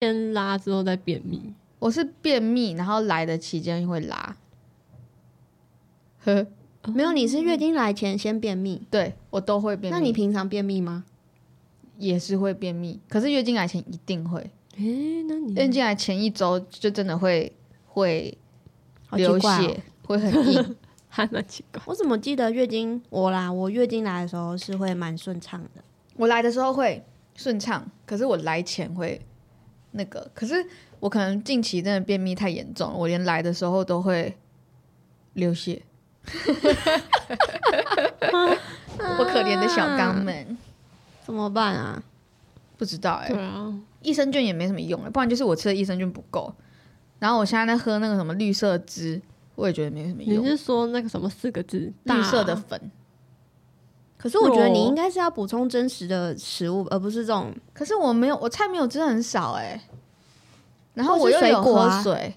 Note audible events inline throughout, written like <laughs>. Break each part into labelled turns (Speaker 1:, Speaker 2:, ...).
Speaker 1: 先拉之后再便秘。
Speaker 2: 我是便秘，然后来的期间会拉。呵，
Speaker 3: 没有，你是月经来前先便秘，
Speaker 2: 对我都会便秘。
Speaker 3: 那你平常便秘吗？
Speaker 2: 也是会便秘，可是月经来前一定会。
Speaker 1: 诶、那你
Speaker 2: 月经来前一周就真的会会
Speaker 3: 好奇
Speaker 2: 流血，
Speaker 3: 怪哦
Speaker 2: 会很硬。
Speaker 1: 还蛮奇怪。
Speaker 3: 我怎么记得月经我啦，我月经来的时候是会蛮顺畅的。
Speaker 2: <laughs> 我来的时候会顺畅，可是我来前会那个，可是我可能近期真的便秘太严重了，我连来的时候都会流 <laughs> 血。我可怜的小肛门，
Speaker 3: 怎么办啊？
Speaker 2: 不知道哎、
Speaker 1: 对啊，
Speaker 2: 益生菌也没什么用、欸，不然就是我吃的益生菌不够，然后我现在在喝那个什么绿色汁，我也觉得没什么
Speaker 1: 你
Speaker 2: 用，
Speaker 1: 是说那个什么四个字？
Speaker 2: 绿
Speaker 1: 大
Speaker 2: 色的粉。
Speaker 3: 可是我觉得你应该是要补充真实的食物，而不是这种。
Speaker 2: 可是我没有，我菜没有吃很少哎、然后
Speaker 3: 或是
Speaker 2: 我又有
Speaker 3: 水果
Speaker 2: 喝
Speaker 3: 啊
Speaker 2: 水，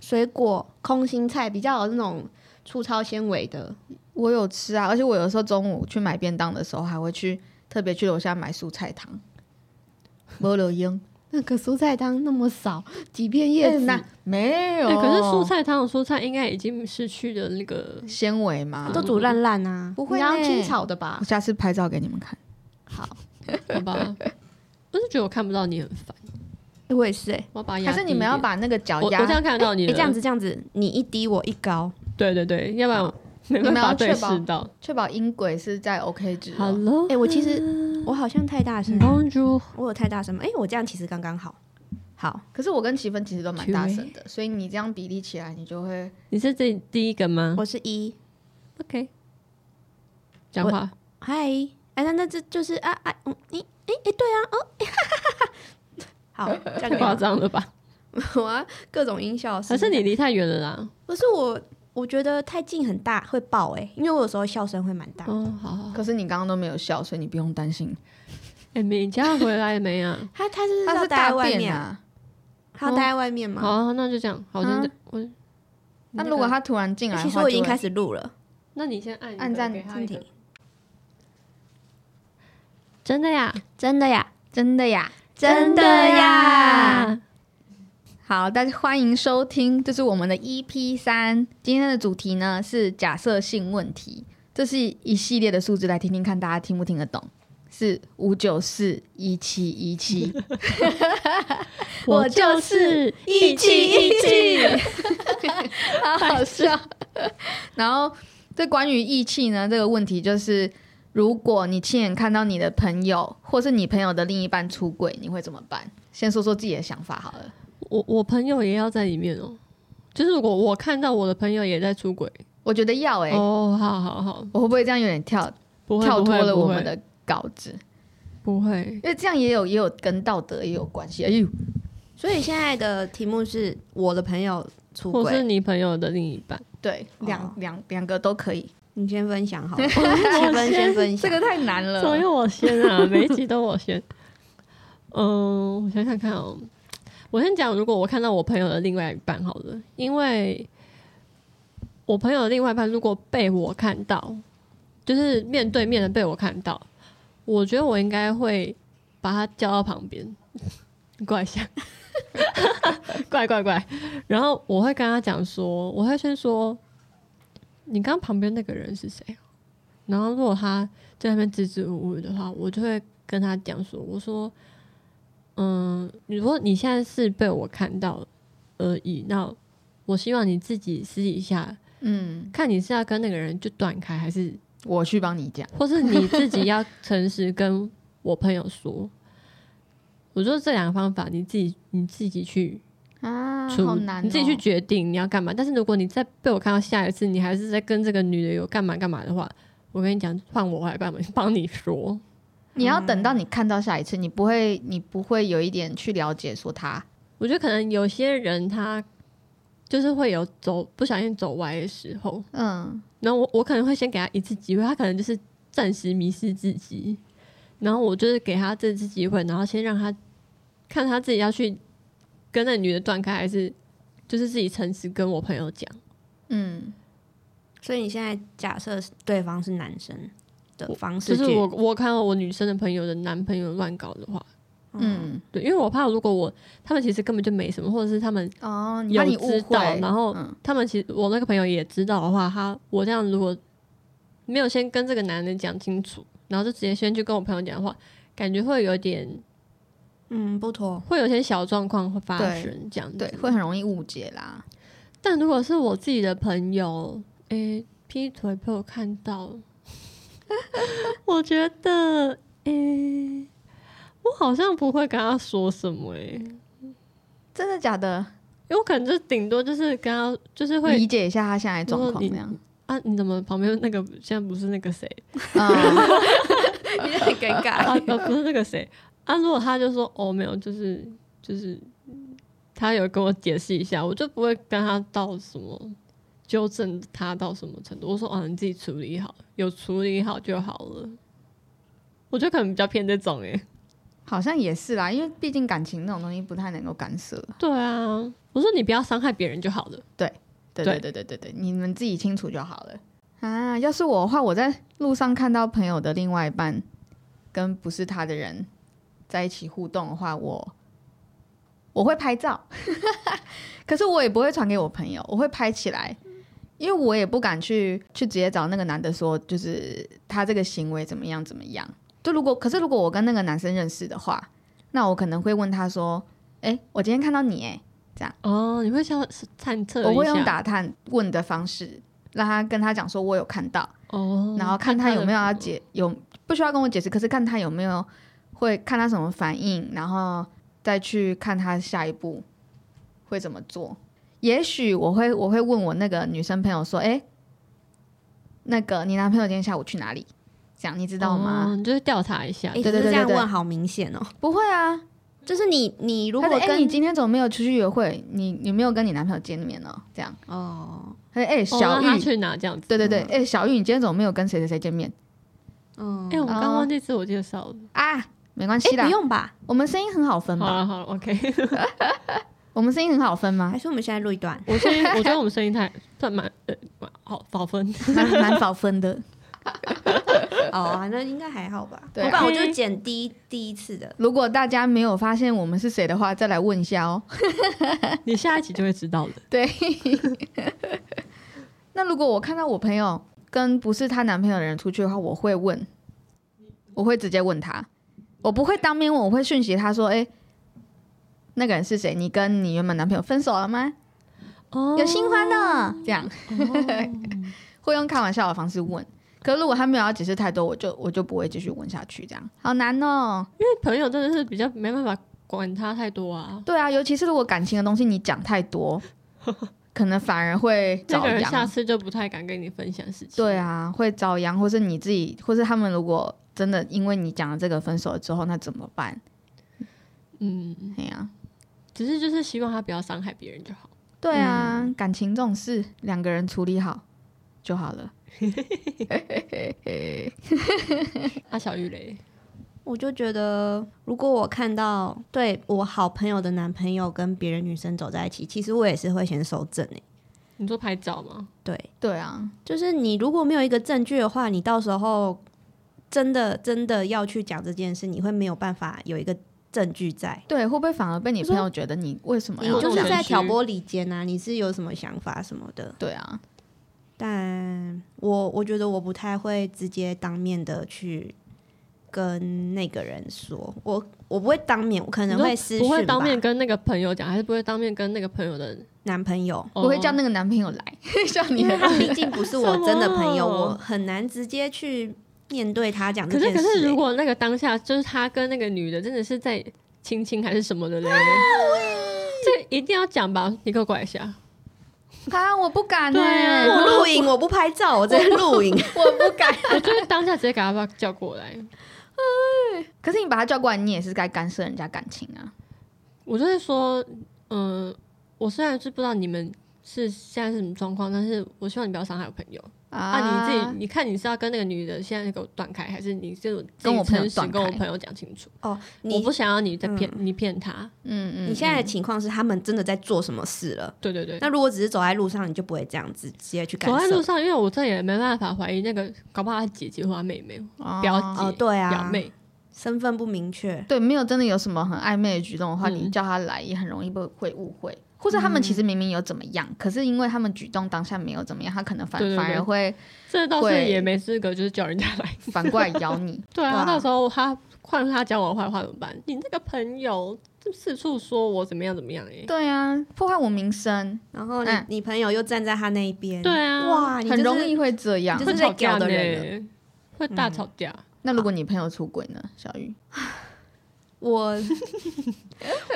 Speaker 3: 水果、空心菜比较有那种粗糙纤维的，
Speaker 2: 我有吃啊，而且我有时候中午去买便当的时候，还会去特别去楼下买蔬菜汤。没有用，
Speaker 3: 那个蔬菜汤那么少，几片
Speaker 2: 叶
Speaker 3: 叶子，
Speaker 2: 那没有，
Speaker 1: 哎、可是蔬菜汤的蔬菜应该已经失去了那个
Speaker 2: 纤维嘛，
Speaker 3: 都煮烂烂啊，
Speaker 2: 不会
Speaker 3: 你要
Speaker 2: 呢
Speaker 3: 清炒的吧
Speaker 2: 我？下次拍照给你们看。
Speaker 3: 好，
Speaker 1: 好吧？ <laughs> 我是觉得我看不到你很烦，
Speaker 3: 哎我也是哎、
Speaker 1: 我要把
Speaker 2: 还
Speaker 1: 牙。
Speaker 2: 是你们要把那个脚
Speaker 1: 我我
Speaker 2: 压
Speaker 1: 这，样看得到你
Speaker 3: 哎
Speaker 1: 了、
Speaker 3: 这样子这样子，你一低我一高，
Speaker 1: 对对对，要不然我没办
Speaker 2: 你们要
Speaker 1: 法对
Speaker 2: 确保
Speaker 1: 视到。
Speaker 2: 确保音轨是在 OK 值、哦。
Speaker 1: Hello，
Speaker 3: 哎、我其实我好像太大声了，
Speaker 1: Bonjour，
Speaker 3: 我有太大声吗？哎、我这样其实刚刚好，好，
Speaker 2: 可是我跟齐芬其实都蛮大声的，所以你这样比例起来，你就会
Speaker 1: 你是这第一个吗
Speaker 3: 我是一、
Speaker 1: ？OK，讲话
Speaker 3: 嗨，哎，那那这就是啊啊，嗯，咦，哎哎，对啊，哦， <laughs> 哈哈哈哈，好，这样可
Speaker 1: 太
Speaker 3: 以
Speaker 1: 夸
Speaker 3: 吗
Speaker 1: 张了吧？
Speaker 3: 我要 <laughs> 各种音效，
Speaker 1: 还是你？离太远了啦？
Speaker 3: 不是我，我觉得太近很大会爆哎、因为我有时候笑声会蛮大。
Speaker 1: 哦，好好。
Speaker 2: 可是你刚刚都没有笑，所以你不用担心。
Speaker 1: 哎、美嘉回来没啊？
Speaker 3: 他他是
Speaker 2: 它
Speaker 3: 要
Speaker 2: 是
Speaker 3: 待
Speaker 2: 大
Speaker 3: 在外
Speaker 2: 便
Speaker 3: 面，
Speaker 2: 啊，
Speaker 3: 他要待在外面
Speaker 1: 好
Speaker 3: 吗？
Speaker 1: 啊，那就这样。好，我先、
Speaker 2: 啊
Speaker 1: 我。
Speaker 2: 那如果他突然进来的话，
Speaker 3: 其实我已经开
Speaker 2: 始
Speaker 3: 始录了，
Speaker 1: 那你先按一个
Speaker 2: 按赞
Speaker 1: 给他
Speaker 3: 暂
Speaker 1: 一个
Speaker 3: 停。
Speaker 1: 真的呀，
Speaker 3: 真的呀，
Speaker 2: 真的呀。
Speaker 3: 真的呀，！
Speaker 2: 好，大家欢迎收听，这是我们的 EP 三。今天的主题呢是假设性问题，这是一系列的数字，来听听看大家听不听得懂。是五九四一七一七，
Speaker 1: 我就是一起一起。
Speaker 2: 好好笑。然后，这关于义气呢这个问题，就是如果你亲眼看到你的朋友或是你朋友的另一半出轨，你会怎么办？先说说自己的想法好了。
Speaker 1: <laughs> 我我朋友也要在里面哦，就是如果我看到我的朋友也在出轨，
Speaker 2: 我觉得要哎、
Speaker 1: 哦，好好好，
Speaker 2: 我会不会这样有点跳
Speaker 1: 不会
Speaker 2: 跳
Speaker 1: 不
Speaker 2: 脱
Speaker 1: 会
Speaker 2: 了
Speaker 1: 不
Speaker 2: 我
Speaker 1: 会
Speaker 2: 们的稿子？
Speaker 1: 不会，
Speaker 2: 因为这样也有也有跟道德也有关系。哎呦，
Speaker 3: 所以现在的题目是我的朋友出
Speaker 1: 或是
Speaker 3: 轨，
Speaker 1: 你朋友的另一半，
Speaker 2: 对，两、
Speaker 3: 哦
Speaker 2: 两两个都可以。
Speaker 3: 你先分享好了，先分先分
Speaker 2: 这
Speaker 3: 享
Speaker 2: 个。太难了。
Speaker 1: 怎么又我先啊？每一集都我先。嗯，我想想看哦，我先讲，如果我看到我朋友的另外一半好了，因为我朋友的另外一半如果被我看到，就是面对面的被我看到，我觉得我应该会把他叫到旁边，你过来想， <laughs> 怪怪怪，然后我会跟他讲说，我会先说，你刚刚旁边那个人是谁？啊然后如果他在那边支支吾吾的话，我就会跟他讲说，我说，嗯，如果你现在是被我看到而已，那我希望你自己私底下
Speaker 2: 嗯，
Speaker 1: 看你是要跟那个人就断开，还是
Speaker 2: 我去帮你讲。
Speaker 1: 或是你自己要诚实跟我朋友说。我说这两个方法，你自己你自己去
Speaker 2: 啊，
Speaker 1: 出，
Speaker 2: 好难、
Speaker 1: 你自己去。决定你要干嘛。但是如果你再被我看到下一次，你还是在跟这个女的有干嘛干嘛的话，我跟你讲，换我来帮你帮你说。
Speaker 2: 你要等到你看到下一次，你不会，你不会有一点去了解说他。
Speaker 1: 我觉得可能有些人他就是会有走不小心走歪的时候，
Speaker 2: 嗯，
Speaker 1: 然后我我可能会先给他一次机会，他可能就是暂时迷失自己，然后我就是给他这次机会，然后先让他看他自己要去跟那女的断开，还是就是自己诚实跟我朋友讲。
Speaker 2: 嗯
Speaker 3: 所以你现在假设是对方是男生的方
Speaker 1: 就
Speaker 3: 式
Speaker 1: 是
Speaker 3: 去
Speaker 1: 我我看到我女生的朋友的男朋友乱搞的话，
Speaker 2: 嗯，
Speaker 1: 对，因为我怕如果我他们其实根本就没什么，或者是他们
Speaker 2: 哦，你怕
Speaker 1: 有
Speaker 2: 你误
Speaker 1: 知
Speaker 2: 会
Speaker 1: 道，，然后
Speaker 2: 嗯
Speaker 1: 他们其实我那个朋友也知道的话，他我这样如果没有先跟这个男的讲清楚，然后就直接先去跟我朋友讲的话，感觉会有点
Speaker 3: 嗯，
Speaker 2: <laughs>
Speaker 3: 不妥。
Speaker 1: 会有些小状况会发
Speaker 2: 对
Speaker 1: 生这样子。
Speaker 2: 对，会很容易误解啦。
Speaker 1: 但如果是我自己的朋友，诶、劈腿被我看到， <laughs> 我觉得，诶、我好像不会跟他说什么、诶，
Speaker 2: 嗯真的假的？
Speaker 1: 因为我可能就顶多就是跟他，就是会
Speaker 2: 理解一下他现在的状况
Speaker 1: 如
Speaker 2: 这
Speaker 1: 果
Speaker 2: 样。
Speaker 1: 啊，你怎么旁边那个现在不是那个谁
Speaker 2: 嗯，
Speaker 3: 你很尴
Speaker 1: 啊，
Speaker 3: <laughs> 尬。
Speaker 1: 呃不是那个谁啊，如果他就说哦没有，就是就是他有跟我解释一下，我就不会跟他到什么纠正他到什么程度。我说哦你自己处理好，有处理好就好了。我觉得可能比较偏这种欸诶、
Speaker 2: 好像也是啦，因为毕竟感情那种东西不太能够干涉。
Speaker 1: 对啊，我说你不要伤害别人就好了。
Speaker 2: 对
Speaker 1: 对
Speaker 2: 对对对对对，你们自己清楚就好了。啊，要是我的话，我在路上看到朋友的另外一半跟不是他的人在一起互动的话，我我会拍照，可是我也不会传给我朋友，我会拍起来，因为我也不敢去去直接找那个男的说，就是他这个行为怎么样怎么样。就如果可是如果我跟那个男生认识的话，那我可能会问他说：“哎、我今天看到你、诶。
Speaker 1: 哦，你会像是探测一下，
Speaker 2: 我会用打探问的方式，让他跟他讲说我有看到，
Speaker 1: 哦，
Speaker 2: 然后看他
Speaker 1: 的
Speaker 2: 有没有要解，有不需要跟我解释，可是看他有没有会看他什么反应，然后再去看他下一步会怎么做。也许我会我会问我那个女生朋友说，哎、那个你男朋友今天下午去哪里？这样你知道吗？
Speaker 1: 哦你就是调查一下，
Speaker 2: 啊
Speaker 3: 哎，
Speaker 2: 对对
Speaker 3: 可是
Speaker 2: 对
Speaker 3: 这样
Speaker 2: 对
Speaker 3: 问好明显哦。
Speaker 2: 不会啊，
Speaker 3: 就是你，你如
Speaker 2: 他
Speaker 3: 果
Speaker 2: 说哎、
Speaker 3: 跟
Speaker 2: 你今天怎么没有出去约会？你你没有跟你男朋友见面呢？这样，
Speaker 3: 哦，
Speaker 2: 他说哎、
Speaker 1: 哦
Speaker 2: 小
Speaker 1: 那
Speaker 2: 玉，
Speaker 1: 他去哪这样子？
Speaker 2: 对对对，哎、小玉，你今天怎么没有跟谁谁谁见面
Speaker 3: 嗯
Speaker 1: 哎、，我刚
Speaker 2: 哦
Speaker 1: 忘记自我介绍了。
Speaker 2: 啊？没关系
Speaker 3: 哎，
Speaker 2: 啦，
Speaker 3: 不用吧？
Speaker 2: 我们声音很好啊分
Speaker 1: 好啊
Speaker 2: 吧？
Speaker 1: 了好了，OK。
Speaker 2: 我们声音很好分吗 <laughs>
Speaker 3: 还？是我们现在录一段？
Speaker 1: 我声音，我觉得我们声音太算蛮呃蛮好好分。
Speaker 2: 蛮蛮好分的。
Speaker 3: 哦，那应该还好吧？
Speaker 2: 对
Speaker 3: 我把我
Speaker 1: OK
Speaker 3: 就剪第一第一次的，
Speaker 2: 如果大家没有发现我们是谁的话，再来问一下哦。
Speaker 1: 你下一集就会知道的。
Speaker 2: 对。那如果我看到我朋友跟不是她男朋友的人出去的话，我会问，我会直接问他，我不会当面问，我会讯息他说：“哎、那个人是谁？你跟你原本男朋友分手了吗？
Speaker 1: 哦
Speaker 2: 有新欢了？”这样。哦 <laughs> 会用开玩笑的方式问。可是如果他没有要解释太多，我就我就不会继续问下去，这样好难哦。
Speaker 1: 因为朋友真的是比较没办法管他太多啊。
Speaker 2: 对啊，尤其是如果感情的东西你讲太多， <laughs> 可能反而会
Speaker 1: 这
Speaker 2: 遭
Speaker 1: 个人下
Speaker 2: 殃。
Speaker 1: 次就不太敢跟你分享事情。
Speaker 2: 对，啊，会遭殃，或是你自己，或是他们如果真的因为你讲了这个分手了之后，那怎么办？
Speaker 1: 嗯，
Speaker 2: 哎呀、
Speaker 1: 只是就是希望他不要伤害别人就好。
Speaker 2: 对啊，感情这种事，两个人处理好就
Speaker 1: <laughs>
Speaker 2: 好了。
Speaker 1: 啊，小玉雷，
Speaker 3: 我就觉得，如果我看到对我好朋友的男朋友跟别人女生走在一起，其实我也是会先收证诶、
Speaker 1: 你说拍照吗？
Speaker 3: 对，
Speaker 2: 对啊，
Speaker 3: 就是你如果没有一个证据的话，你到时候真的真的要去讲这件事，你会没有办法有一个证据在。
Speaker 2: 对，会不会反而被你
Speaker 3: 就说
Speaker 2: 朋友觉得你为什么
Speaker 3: 你
Speaker 2: 要
Speaker 3: 就
Speaker 2: 这
Speaker 3: 是
Speaker 2: 样？
Speaker 3: 在挑拨离间啊！你是有什么想法什么的？
Speaker 2: 对啊，
Speaker 3: 但我我觉得我不太会直接当面的去跟那个人说，我我不会当面，我可能
Speaker 1: 你说
Speaker 3: 会私
Speaker 1: 不会
Speaker 3: 讯吧
Speaker 1: 当面跟那个朋友讲，还是不会当面跟那个朋友的？
Speaker 3: 男朋友，
Speaker 2: 我会叫
Speaker 1: 哦
Speaker 2: 那个男朋友来， <laughs> 叫你
Speaker 3: 因为
Speaker 2: 来
Speaker 3: 他毕竟不是我真的朋
Speaker 1: <laughs> 什
Speaker 3: 友，
Speaker 1: 么啊
Speaker 3: 我很难直接去面对他讲这
Speaker 1: 可是
Speaker 3: 件事、
Speaker 1: 可是，如
Speaker 3: 欸
Speaker 1: 果那个当下就是他跟那个女的真的是在亲亲还是什么的嘞，
Speaker 3: 啊
Speaker 1: 这个一定要讲吧？你给我拐一下。
Speaker 2: 啊，我不敢呢、
Speaker 1: 对啊
Speaker 3: 我录影，我不拍照，我在录影。
Speaker 2: <laughs> 我不敢。
Speaker 1: 我觉得 <laughs> 当下直接给他把他叫过来，
Speaker 2: 可是你把他叫过来，你也是该干涉人家感情啊。
Speaker 1: 我就会说，嗯、我虽然是不知道你们是现在是什么状况，但是我希望你不要伤害我朋友。啊，你自己，你看你是要跟那个女的现在给我断开，还是你就自己
Speaker 2: 跟我朋友
Speaker 1: 诚实
Speaker 2: 断开
Speaker 1: 跟我朋友讲清楚？
Speaker 3: 哦，
Speaker 1: 我
Speaker 3: 你
Speaker 1: 不想要你在骗、你骗他。
Speaker 2: 嗯嗯，
Speaker 3: 你现在的情况是他们真的在做什么事了？
Speaker 1: 对对对。
Speaker 3: 那如果只是走在路上，你就不会这样子直接去干
Speaker 1: 走在
Speaker 3: 涉
Speaker 1: 路上，因为我这也没办法怀疑那个，搞不好他姐姐或他妹妹、
Speaker 2: 哦
Speaker 1: 表姐、
Speaker 3: 哦，对啊，
Speaker 1: 表妹，
Speaker 3: 身份不明确，
Speaker 2: 对，没有真的有什么很暧昧的举动的话，
Speaker 1: 嗯
Speaker 2: 你叫他来也很容易被会误会，
Speaker 3: 嗯
Speaker 2: 或者他们其实明明有怎么样，可是因为他们举动当下没有怎么样，他可能反
Speaker 1: 对对对
Speaker 2: 反而会
Speaker 1: 这倒是
Speaker 2: 会
Speaker 1: 也没资格，就是叫人家来。
Speaker 2: 反过来
Speaker 1: <laughs>
Speaker 2: 咬你。
Speaker 1: 对
Speaker 3: 对
Speaker 1: 啊，
Speaker 3: 啊
Speaker 1: 到时候他换他讲我坏话怎么办？你那个朋友就四处说我怎么样怎么样哎、
Speaker 2: 对啊，破坏我名声，
Speaker 3: 然后你、
Speaker 2: 嗯
Speaker 3: 你朋友又站在他那一边，
Speaker 1: 对啊
Speaker 3: 哇，你、就是、
Speaker 2: 很容易会这样。
Speaker 3: 就
Speaker 1: 会
Speaker 3: 是
Speaker 1: 吵
Speaker 3: 在
Speaker 1: 架
Speaker 3: 屌
Speaker 1: 呢
Speaker 3: 的人，啊
Speaker 1: 会大吵架。
Speaker 2: 那如果你朋友出轨呢，小雨？
Speaker 3: 我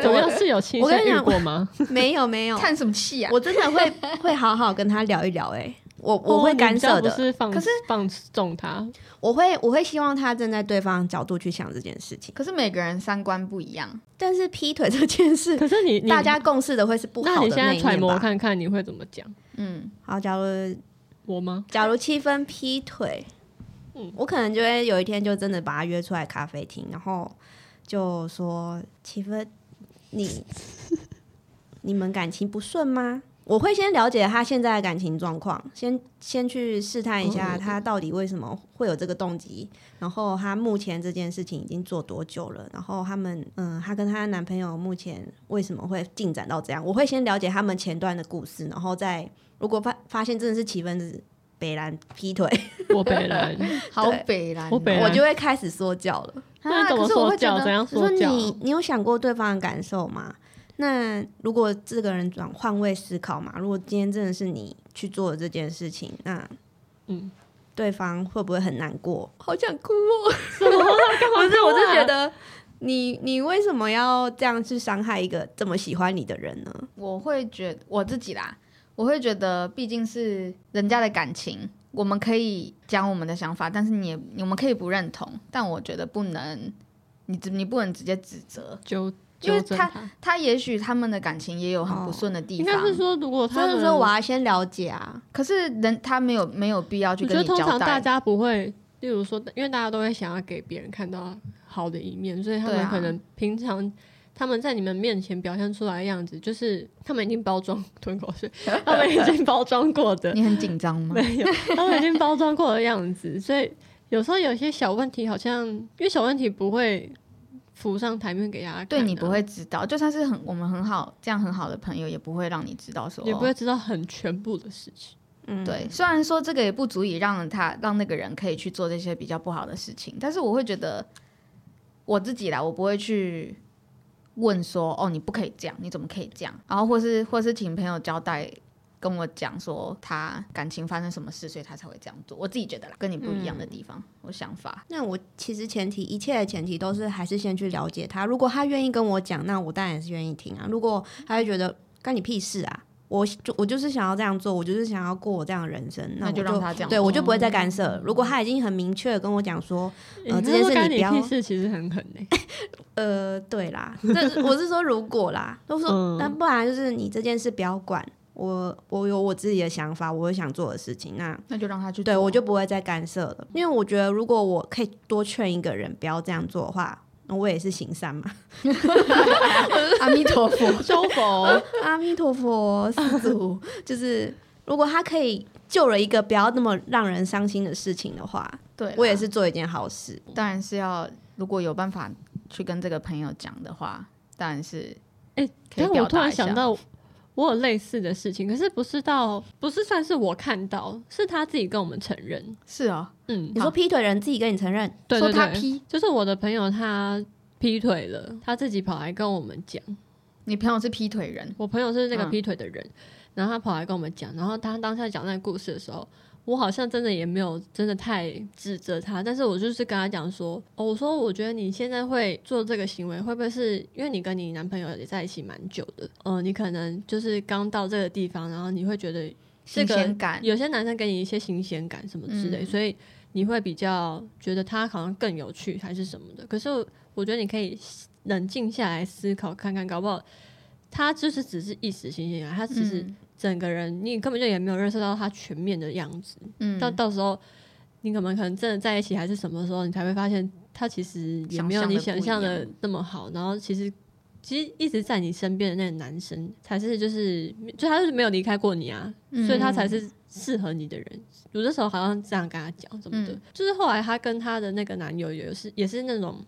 Speaker 1: 怎么样是有亲
Speaker 3: 我跟
Speaker 1: 身
Speaker 3: 你
Speaker 1: 遇
Speaker 3: 讲
Speaker 1: 过吗？
Speaker 3: 没有
Speaker 1: <laughs>
Speaker 3: 没有，
Speaker 2: 叹什么气啊？
Speaker 3: 我真的会会好好跟他聊一聊、欸，我我
Speaker 1: 哦
Speaker 3: 会
Speaker 1: 你
Speaker 3: 干
Speaker 1: 比较
Speaker 3: 涉的
Speaker 1: 不，是放
Speaker 2: 可是
Speaker 1: 放纵他。
Speaker 3: 我会我会希望他站在对方角度去想这件事情，
Speaker 2: 可是每个人三观不一样，
Speaker 3: 但是劈腿这件事，
Speaker 1: 可是 <laughs> 你你
Speaker 3: 大家共识的会是不
Speaker 1: 那
Speaker 3: 好
Speaker 1: 你
Speaker 3: 的
Speaker 1: 现在
Speaker 3: 一
Speaker 1: 揣
Speaker 3: 面
Speaker 1: 摩
Speaker 3: 吧。
Speaker 1: 看看你会怎么讲
Speaker 2: 嗯，
Speaker 3: 好，假如
Speaker 1: 我吗？
Speaker 3: 假如七分劈腿，
Speaker 1: 嗯
Speaker 3: 我可能就会有一天就真的把他约出来咖啡厅，然后就说七分，你 <laughs> 你们感情不顺吗？我会先了解他现在的感情状况，先先去试探
Speaker 1: 嗯
Speaker 3: 一
Speaker 1: 嗯
Speaker 3: 下
Speaker 1: 嗯
Speaker 3: 他到底为什么会有这个动机，然后他目前这件事情已经做多久了，然后他们嗯，她跟她男朋友目前为什么会进展到这样？我会先了解他们前段的故事，然后再如果发发现真的是七分之北兰劈腿，
Speaker 1: 我北
Speaker 3: <laughs>
Speaker 1: 兰，
Speaker 2: 好北哦啦，
Speaker 1: 我北对啊
Speaker 3: 我就会开始说教了。
Speaker 1: 那
Speaker 2: 啊，
Speaker 1: 怎么
Speaker 2: 可是我
Speaker 1: 说
Speaker 2: 会觉
Speaker 1: 教？怎
Speaker 2: 得，
Speaker 1: 样
Speaker 3: 我说
Speaker 1: 说教？
Speaker 3: 你你有想过对方的感受吗？那如果这个人转换位思考嘛，如果今天真的是你去做的这件事情，那
Speaker 1: 嗯，
Speaker 3: 对方会不会很难过？好想哭哦！
Speaker 1: 什么啦？干嘛
Speaker 3: <laughs> 不
Speaker 1: 哭
Speaker 3: 是，我是
Speaker 1: 啊
Speaker 3: 觉得你你为什么要这样去伤害一个这么喜欢你的人呢？
Speaker 2: 我会觉得我自己啦，我会觉得毕竟是人家的感情，我们可以讲我们的想法，但是你也我们可以不认同，但我觉得不能，你只你不能直接指责。
Speaker 1: 纠
Speaker 2: 因
Speaker 1: 纠
Speaker 2: 为
Speaker 1: 正
Speaker 2: 他他也许他们的感情也有
Speaker 3: 哦
Speaker 2: 很不顺的地
Speaker 1: 应
Speaker 2: 方，
Speaker 1: 该是说，如果
Speaker 3: 所
Speaker 1: 哦他
Speaker 3: 以
Speaker 1: 们
Speaker 3: 说我要先了解啊。
Speaker 2: 可是人他没有没有必要去
Speaker 1: 我觉得
Speaker 2: 跟你
Speaker 1: 通
Speaker 2: 交
Speaker 1: 常大
Speaker 2: 代。
Speaker 1: 家不会，例如说，因为大家都会想要给别人看到好的一面，所以他
Speaker 2: 对
Speaker 1: 们
Speaker 2: 啊
Speaker 1: 可能平常他们在你们面前表现出来的样子，就是他们已经包装吞口水，他们已经包装过
Speaker 2: <laughs>
Speaker 1: 的，
Speaker 2: 你很紧张吗？
Speaker 1: 没有，他们已经包装过的样子，所以有时候有些小问题，好像因为小问题不会浮上台面给大家看、啊
Speaker 2: 对你不。会知道，就算是很我们很好这样很好的朋友，也不会让你知道说哦
Speaker 1: 也不会知道很全部的事情，
Speaker 3: 嗯，
Speaker 2: 对，虽然说这个也不足以让他让那个人可以去做这些比较不好的事情，但是我会觉得我自己啦，我不会去问说哦，你不可以这样，你怎么可以这样？然后或是或是请朋友交代跟我讲说他感情发生什么事，所以他才会这样做。我自己觉得啦，跟你不一样
Speaker 3: 嗯
Speaker 2: 的地方，我想法。
Speaker 3: 那我其实前提，一切的前提都是还是先去了解他。如果他愿意跟我讲，那我当然也是愿意听啊。如果他会觉得干你屁事啊，我就我就是想要这样做，我就是想要过我这样的人生，
Speaker 2: 那
Speaker 3: 我就
Speaker 2: 就让他嗯这样
Speaker 3: 对
Speaker 2: 做
Speaker 3: 我就不会再干涉。如果他已经很明确地跟我讲说，
Speaker 1: 欸
Speaker 2: 哦
Speaker 1: 他
Speaker 3: 呃这件
Speaker 1: 说
Speaker 3: 事
Speaker 1: 干
Speaker 3: 你
Speaker 1: 你
Speaker 3: 不
Speaker 1: 屁
Speaker 3: 要
Speaker 1: 事，其实很狠欸呢、
Speaker 3: 呃，对啦，这是我是说如果啦，都说
Speaker 1: 嗯
Speaker 3: 那、不然就是你这件事不要管，我我有我自己的想法，我有想做的事情，那
Speaker 2: 那就让他去
Speaker 3: 对
Speaker 2: 做
Speaker 3: 我就不会再干涉了，因为我觉得如果我可以多劝一个人不要这样做的话，那我也是行善嘛。
Speaker 2: <laughs>
Speaker 3: <laughs>
Speaker 2: 阿弥陀佛，
Speaker 1: <laughs> 周佛，
Speaker 3: 阿弥陀佛，四 <laughs> 祖，就是如果他可以救了一个不要那么让人伤心的事情的话，
Speaker 2: 对啦，
Speaker 3: 我也是做一件好事。
Speaker 2: 当然是要，如果有办法去跟这个朋友讲的话，当然是
Speaker 1: 哎、
Speaker 2: 可以
Speaker 1: 但
Speaker 2: 表
Speaker 1: 我突
Speaker 2: 达
Speaker 1: 然
Speaker 2: 一
Speaker 1: 想
Speaker 2: 下
Speaker 1: 到，我有类似的事情，可是不是到，不是算是我看到，是他自己跟我们承认。
Speaker 2: 是哦，
Speaker 1: 嗯，
Speaker 3: 你说劈腿人自己跟你承认，
Speaker 1: 对
Speaker 2: 说
Speaker 1: 对
Speaker 2: 他
Speaker 1: 对
Speaker 2: 劈
Speaker 1: 就是我的朋友他劈腿了，他自己跑来跟我们讲。
Speaker 2: 你朋友是劈腿人，
Speaker 1: 我朋友是那个
Speaker 2: 嗯
Speaker 1: 劈腿的人，然后他跑来跟我们讲，然后他当下讲那个故事的时候，我好像真的也没有真的太指责他，但是我就是跟他讲说，哦，我说我觉得你现在会做这个行为，会不会是因为你跟你男朋友也在一起蛮久的，呃，你可能就是刚到这个地方，然后你会觉得这
Speaker 2: 新
Speaker 1: 个
Speaker 2: 鲜感，
Speaker 1: 有些男生给你一些新鲜感什么之类，
Speaker 2: 嗯
Speaker 1: 所以你会比较觉得他好像更有趣还是什么的。可是我觉得你可以冷静下来思考看看，搞不好他就是只是一时新鲜感，他只是
Speaker 2: 嗯
Speaker 1: 整个人你根本就也没有认识到他全面的样子。
Speaker 2: 嗯
Speaker 1: 到到时候你可能可能真的在一起还是什么时候，你才会发现他其实也没有你想象的那么好。然后其实其实一直在你身边的那个男生才是就是就他就是没有离开过你啊，
Speaker 2: 嗯
Speaker 1: 所以他才是适合你的人。有的时候好像这样跟他讲什么的，
Speaker 2: 嗯
Speaker 1: 就是后来她跟她的那个男友也是也是那种。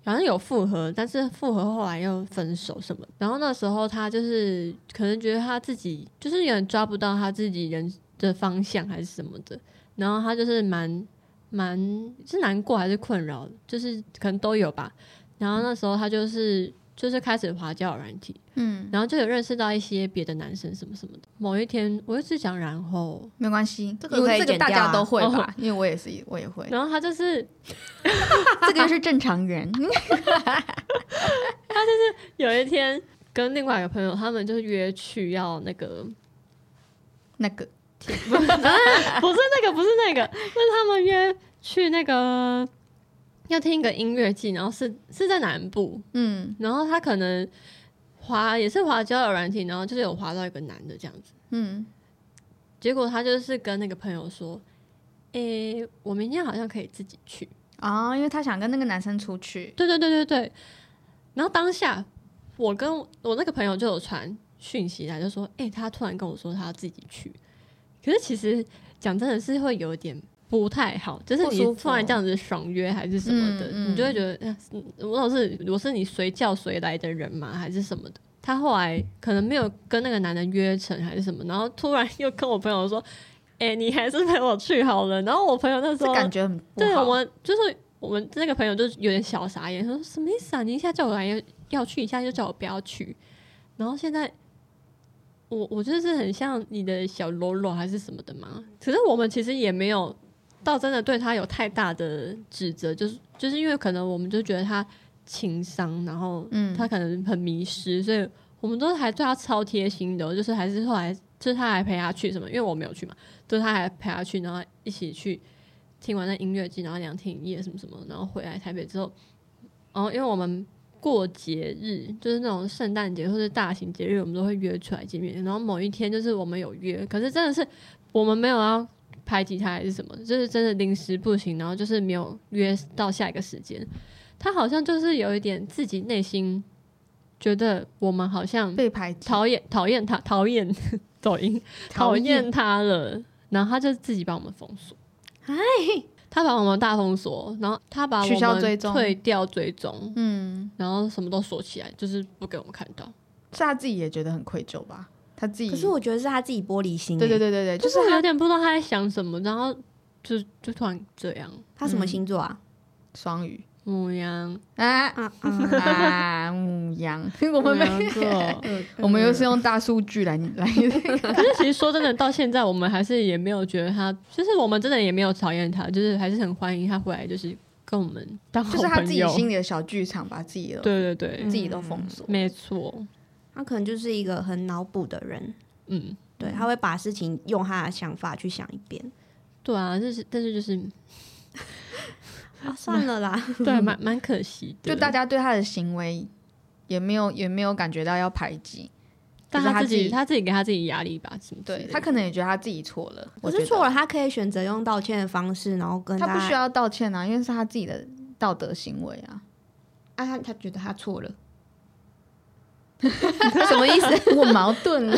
Speaker 1: 反正有复合，但是复合后来又分手什么。然后那时候他就是可能觉得他自己就是有点抓不到他自己人的方向还是什么的，然后他就是蛮蛮是难过还是困扰，就是可能都有吧。然后那时候他就是就是开始滑交友软体，
Speaker 2: 嗯，
Speaker 1: 然后就有认识到一些别的男生什么什么的。某一天，我就只讲然后，
Speaker 2: 没关系，
Speaker 3: 这个
Speaker 2: 因为
Speaker 3: 可以
Speaker 2: 这
Speaker 3: 剪
Speaker 2: 个大
Speaker 3: 掉
Speaker 2: 家
Speaker 3: 啊
Speaker 2: 都会吧，哦因为我也是，我也会，
Speaker 1: 然后他就是
Speaker 2: 这个就是正常人，嗯
Speaker 1: 有一天跟另外一个朋友，他们就是约去要那个，
Speaker 2: 那个
Speaker 1: <laughs> 不是那个，不是那个，就是他们约去那个要听一个音乐季，然后是是在南部，
Speaker 2: 嗯
Speaker 1: 然后他可能滑也是滑交友软体，然后就是有滑到一个男的这样子，
Speaker 2: 嗯，
Speaker 1: 结果他就是跟那个朋友说。诶、我明天好像可以自己去。
Speaker 2: 哦，因为他想跟那个男生出去，
Speaker 1: 对对对对对。然后当下，我跟我我那个朋友就有传讯息来，就说：“诶、他突然跟我说他要自己去。”可是其实讲真的是会有点不太好，就是
Speaker 2: 不
Speaker 1: 你
Speaker 2: 舒服哦
Speaker 1: 突然这样子爽约还是什么的，
Speaker 2: 嗯嗯
Speaker 1: 你就会觉得，呃嗯我是我是你随叫随来的人嘛，还是什么的。他后来可能没有跟那个男的约成还是什么，然后突然 <laughs> 又跟我朋友说：“诶、你还是陪我去好了。”然后我朋友那时
Speaker 2: 这
Speaker 1: 候
Speaker 2: 感觉很不
Speaker 1: 对，啊
Speaker 2: 好
Speaker 1: 我们就是我们那个朋友就有点小傻眼，说什么意思啊？你一下叫我来要要去，一下就叫我不要去，然后现在我我就是很像你的小喽啰还是什么的嘛。可是我们其实也没有到真的对他有太大的指责，就是就是因为可能我们就觉得他情商，然后
Speaker 2: 嗯
Speaker 1: 他可能很迷失，所以我们都还对他超贴心的，就是还是后来就是他还陪他去什么，因为我没有去嘛，就是他还陪他去，然后一起去听完那音乐季，然后两天一夜什么什么，然后回来台北之后，然后因为我们过节日，就是那种圣诞节或是大型节日，我们都会约出来见面。然后某一天就是我们有约，可是真的是我们没有要排挤他还是什么，就是真的临时不行，然后就是没有约到下一个时间。他好像就是有一点自己内心觉得我们好像
Speaker 2: 被排挤，
Speaker 1: 讨厌讨厌他讨厌抖音讨厌他了，然后他就自己把我们封锁。他把我们大封锁，然后他把我
Speaker 2: 哎取消追
Speaker 1: 们
Speaker 2: 踪
Speaker 1: 退掉追踪，
Speaker 2: 嗯，
Speaker 1: 然后什么都锁起来，就是不给我们看到。
Speaker 2: 是他自己也觉得很愧疚吧，他自己，
Speaker 3: 可是我觉得是他自己玻璃心、欸，
Speaker 2: 对对，对对对，
Speaker 1: 就
Speaker 2: 就是是
Speaker 1: 有
Speaker 2: 他
Speaker 1: 点不知道他在想什么，然后就就突然这样，
Speaker 3: 他什么星座 <laughs> 啊？
Speaker 2: 双语
Speaker 1: 母羊，
Speaker 2: 啊
Speaker 3: 啊啊，
Speaker 2: 啊，母 <laughs> 羊，我们
Speaker 1: 母
Speaker 2: 没
Speaker 1: 羊座。
Speaker 3: 嗯
Speaker 2: 我们又是用大数据来来， <laughs>
Speaker 1: 可是其实说真的，到现在我们还是也没有觉得他，就是我们真的也没有讨厌他，就是还是很欢迎他回来，就是跟我们当好
Speaker 2: 就是他自
Speaker 1: 朋
Speaker 2: 己
Speaker 1: 友。
Speaker 2: 心里的小剧场，把自己的
Speaker 1: 对对对，
Speaker 2: 自己都封
Speaker 3: 嗯
Speaker 2: 锁，
Speaker 1: 没错，
Speaker 3: 他可能就是一个很脑补的人，
Speaker 1: 嗯，
Speaker 3: 对，他会把事情用他的想法去想一遍。
Speaker 1: 对啊，就是但是就是
Speaker 3: 啊，算了啦，
Speaker 1: <laughs> 对，
Speaker 2: <laughs>
Speaker 1: 蛮蛮可惜的，
Speaker 2: 就大家对他的行为也没有也没有感觉到要排挤，
Speaker 1: 但
Speaker 2: 就是
Speaker 1: 他
Speaker 2: 他
Speaker 1: 自
Speaker 2: 自
Speaker 1: 己
Speaker 2: 己
Speaker 1: 他自己给他自己压力吧，什么之类
Speaker 2: 对
Speaker 1: 的
Speaker 2: 他可能也觉得他自己错了，
Speaker 3: 可
Speaker 2: 我
Speaker 3: 是
Speaker 2: 觉
Speaker 3: 错
Speaker 2: 得
Speaker 3: 了，他可以选择用道歉的方式，然后跟
Speaker 2: 他不需
Speaker 3: 要
Speaker 2: 要道歉啊，因为是他自己的道德行为
Speaker 3: <laughs>
Speaker 2: 啊，
Speaker 3: 啊，他他觉得他错了，
Speaker 2: 什么意思？我矛盾了，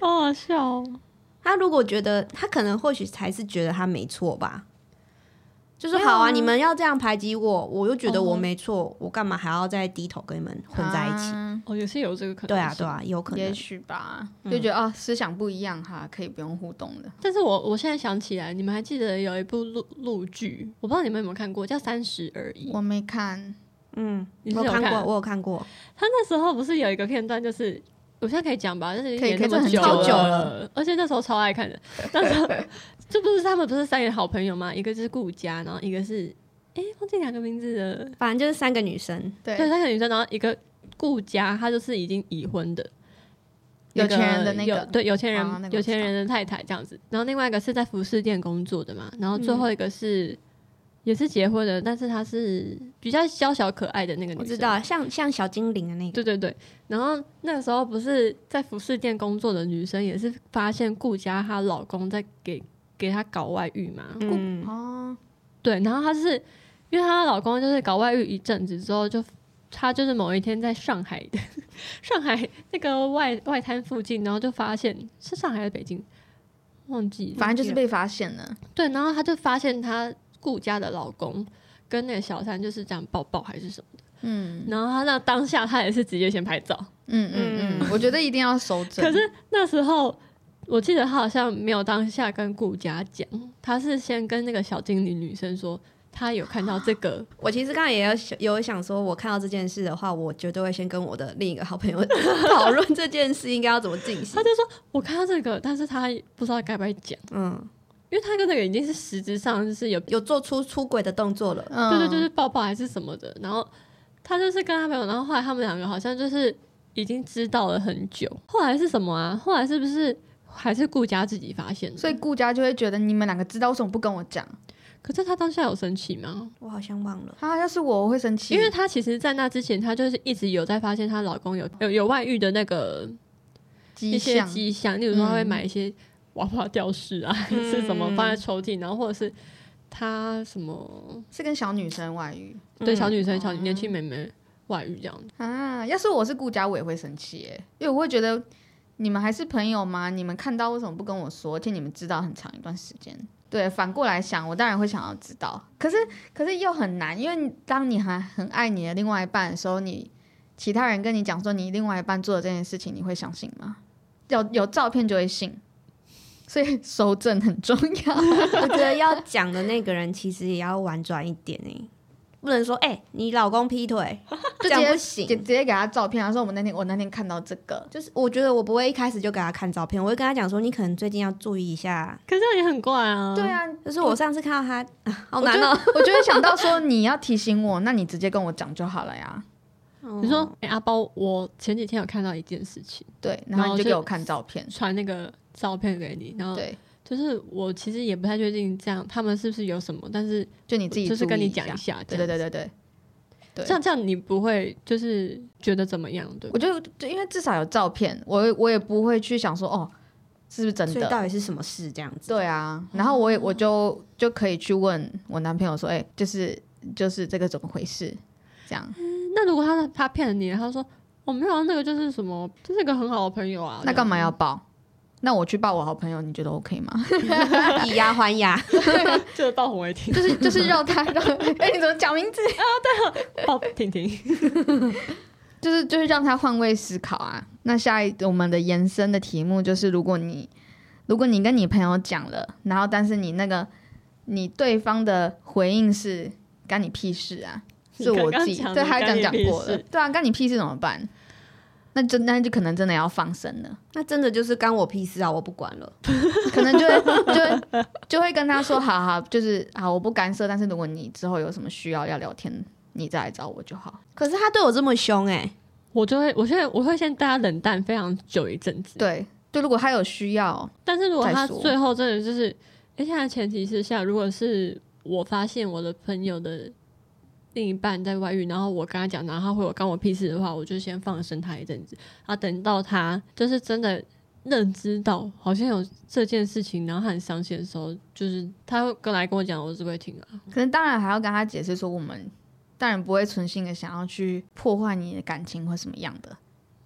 Speaker 1: 好好笑哦，
Speaker 3: 他如果觉得他可能或许才是觉得他没错吧，就是
Speaker 2: 没有啊
Speaker 3: 好啊，你们要这样排挤我，我又觉得我没错，我干嘛还要再低头跟你们 <laughs> 混在一起？
Speaker 2: 啊
Speaker 1: 哦也是有这个可能，
Speaker 3: 对啊，对。啊，有可
Speaker 2: 也
Speaker 3: 能。嗯
Speaker 2: 许吧，就觉得哦，思想不一样哈，可以不用互动了。
Speaker 1: 但是我我现在想起来，你们还记得有一部陆陆剧，我不知道你们有没有看过，叫《三十而已》。
Speaker 2: 我没看，
Speaker 3: 嗯，
Speaker 1: 你是
Speaker 3: 我
Speaker 1: 有
Speaker 3: 看
Speaker 1: 看
Speaker 3: 过，我有看过。
Speaker 1: 他那时候不是有一个片段，就是我现在可以讲吧，就是
Speaker 2: 可以
Speaker 1: 演
Speaker 2: 可以
Speaker 1: 那么
Speaker 2: 这
Speaker 1: 久
Speaker 2: 很久
Speaker 1: 了，而且那时候超爱看的。那时候这不是他们不是三个好朋友吗？一个就是顾佳，然后一个是哎忘记两个名字了，
Speaker 3: 反正就是三个女生，
Speaker 1: 对，
Speaker 2: <laughs> 对，
Speaker 1: 三个女生，然后一个顾佳，她就是已经已婚的。
Speaker 2: 有钱人的那
Speaker 1: 有
Speaker 2: 个
Speaker 1: 对有钱人、
Speaker 2: 啊那个
Speaker 1: 有
Speaker 2: 我知
Speaker 1: 钱人的太太这样子，然后另外一个是在服饰店工作的嘛，然后
Speaker 2: 嗯
Speaker 1: 最后一个是、也是结婚的，但是她是比较娇小可爱的那个女
Speaker 3: 我
Speaker 1: 生，
Speaker 3: 知道，像像小精灵的那个，
Speaker 1: 对对对，然后那个时候不是在服饰店工作的女生，也是发现顾佳她老公在给给她搞外遇嘛，
Speaker 3: 嗯，
Speaker 2: 哦，
Speaker 1: 对，然后她是因为她老公就是搞外遇一阵子之后就。她就是某一天在上海 <laughs> 的上海那个外外滩附近，然后就发现是上海还是北京，忘记了。
Speaker 2: 反正就是被发现了，
Speaker 1: 对，然后她就发现她顾家的老公跟那个小三就是这样抱抱还是什么，
Speaker 2: 嗯
Speaker 1: 然后他那当下他也是直接先拍照，
Speaker 2: 嗯嗯嗯，我觉得一定要收整。
Speaker 1: 可是那时候我记得他好像没有当下跟顾佳讲，他是先跟那个小精灵女生说他有看到这个，
Speaker 3: 我其实刚才也有想有想说，我看到这件事的话，我绝对会先跟我的另一个好朋友 <laughs> 讨论这件事应该要怎么进行
Speaker 1: 他。就说 <gasps> 我看到这个，但是他不知道该不该讲，
Speaker 3: 嗯，
Speaker 1: 因为他跟那个已经是实质上就是有
Speaker 3: 有做出出轨的动作了。
Speaker 2: 嗯，
Speaker 1: 对对，就是抱抱还是什么的。然后他就是跟他朋友，然后后来他们两个好像就是已经知道了很久。后来是什么啊？后来是不是还是顾佳自己发现的？
Speaker 2: 所以顾家就会觉得你们两个知道为什么不跟我讲？
Speaker 1: 可是他当下有生气吗？
Speaker 3: 我好像忘了。
Speaker 2: 啊，要是我我会生气，
Speaker 1: 因为她其实，在那之前，她就是一直有在发现她老公有有有外遇的那个
Speaker 2: 迹
Speaker 1: 一些
Speaker 2: 象，嗯
Speaker 1: 迹象，例如说他会买一些娃娃吊饰啊，还是什么放在抽屉，然后或者是他什么
Speaker 2: 是跟小女生外遇
Speaker 1: 对小女生、小年轻妹妹外遇这样子。
Speaker 2: 啊。要是我是顾家，我也会生气耶，因为我会觉得你们还是朋友吗？你们看到为什么不跟我说？而且你们知道很长一段时间。对，反过来想，我当然会想要知道，可是可是又很难，因为当你还很爱你的另外一半的时候，你其他人跟你讲说你另外一半做的这件事情，你会相信吗？有有照片就会信，所以 <laughs> 收证很重要。
Speaker 3: <laughs> 我觉得要讲的那个人其实也要婉转一点哎、不能说哎、你老公劈 <laughs> 腿，
Speaker 2: 就
Speaker 3: 这
Speaker 2: 直
Speaker 3: 样
Speaker 2: 接
Speaker 3: 不
Speaker 2: 直
Speaker 3: 行。
Speaker 2: 直接给他照片，他说我们那天我那天看到这个，
Speaker 3: 就是我觉得我不会一开始就给他看照片，我会跟他讲说，你可能最近要注意一下。
Speaker 1: 可是这样也很怪啊。
Speaker 2: 对啊，
Speaker 3: 就是我上次看到他， <laughs> 啊、好
Speaker 2: 我
Speaker 3: 难哦、
Speaker 2: <laughs> 就我就会想到说你要提醒我，那你直接跟我讲就好了呀。嗯
Speaker 1: 你
Speaker 3: 嗯
Speaker 1: 说，哎、阿包，我前几天有看到一件事情，
Speaker 2: 对，
Speaker 1: 然
Speaker 2: 然
Speaker 1: 后
Speaker 2: 后你
Speaker 1: 就嗯
Speaker 2: 就给我看照片，
Speaker 1: 传那个照片给你，然后
Speaker 2: 对，
Speaker 1: 就是我其实也不太确定这样他们是不是有什么，但是
Speaker 2: 就你自己
Speaker 1: 就是跟
Speaker 2: 注意
Speaker 1: 你
Speaker 2: 一
Speaker 1: 讲一
Speaker 2: 下，
Speaker 1: 下，
Speaker 2: 对对对对对。
Speaker 1: 对
Speaker 2: 对
Speaker 1: 这样这样你不会就是觉得怎么样，对吧？
Speaker 2: 我就就因为至少有照片，我我也不会去想说哦是不是真
Speaker 3: 所以
Speaker 2: 的，
Speaker 3: 到底是什么事这样子？
Speaker 2: 对啊，然后
Speaker 1: 哦
Speaker 2: 我也我就就可以去问我男朋友说，哎、就是就是这个怎么回事？这样，
Speaker 1: 那如果他他骗了你，他说我没有啊，那个就是什么，就是一个很好的朋友啊，
Speaker 2: 那干嘛
Speaker 1: 这样
Speaker 2: 要报？那我去报我好朋友，你觉得 OK 吗？ <laughs>
Speaker 3: 以牙还牙，
Speaker 1: <laughs> 这个倒很会听， <laughs>
Speaker 2: 就是就是让他让， <laughs> 哎、你怎么讲名字？
Speaker 1: 抱婷婷，
Speaker 2: 就是就是让他换位思考啊。那下一我们的延伸的题目就是，如果你如果你跟你朋友讲了，然后但是你那个你对方的回应是干你屁事啊，
Speaker 1: 你
Speaker 2: 是
Speaker 1: 刚
Speaker 2: 我
Speaker 1: 刚
Speaker 2: 自己
Speaker 1: 讲
Speaker 2: 对
Speaker 1: 的
Speaker 2: 他
Speaker 1: 干
Speaker 2: 讲
Speaker 1: 你
Speaker 2: 讲
Speaker 1: 屁
Speaker 2: 过了
Speaker 1: 事，
Speaker 2: 对啊，干你屁事怎么办？那就那就可能真的要放生了，
Speaker 3: <laughs> 那真的就是干我屁事啊！我不管了。
Speaker 2: 可能就会就会就会跟他说，好好，就是好，我不干涉，但是如果你之后有什么需要要聊天，你再来找我就好。
Speaker 3: 可是他对我这么凶哎、
Speaker 1: 我就会我现在我会先对他冷淡非常久一阵子，
Speaker 2: 对，就如果他有需要，
Speaker 1: 但是如果
Speaker 2: 再
Speaker 1: 他
Speaker 2: 说
Speaker 1: 最后真的就是，而且在前提之下，如果是我发现我的朋友的另一半在外遇，然后我跟他讲，然后他回我干我屁事的话，我就先放生他一阵子，啊，等到他就是真的认知到好像有这件事情，然后他很伤心的时候，就是他会跟来跟我讲，我是会听啊。
Speaker 2: 可能当然还要跟他解释说，我们当然不会存心的想要去破坏你的感情或什么样的，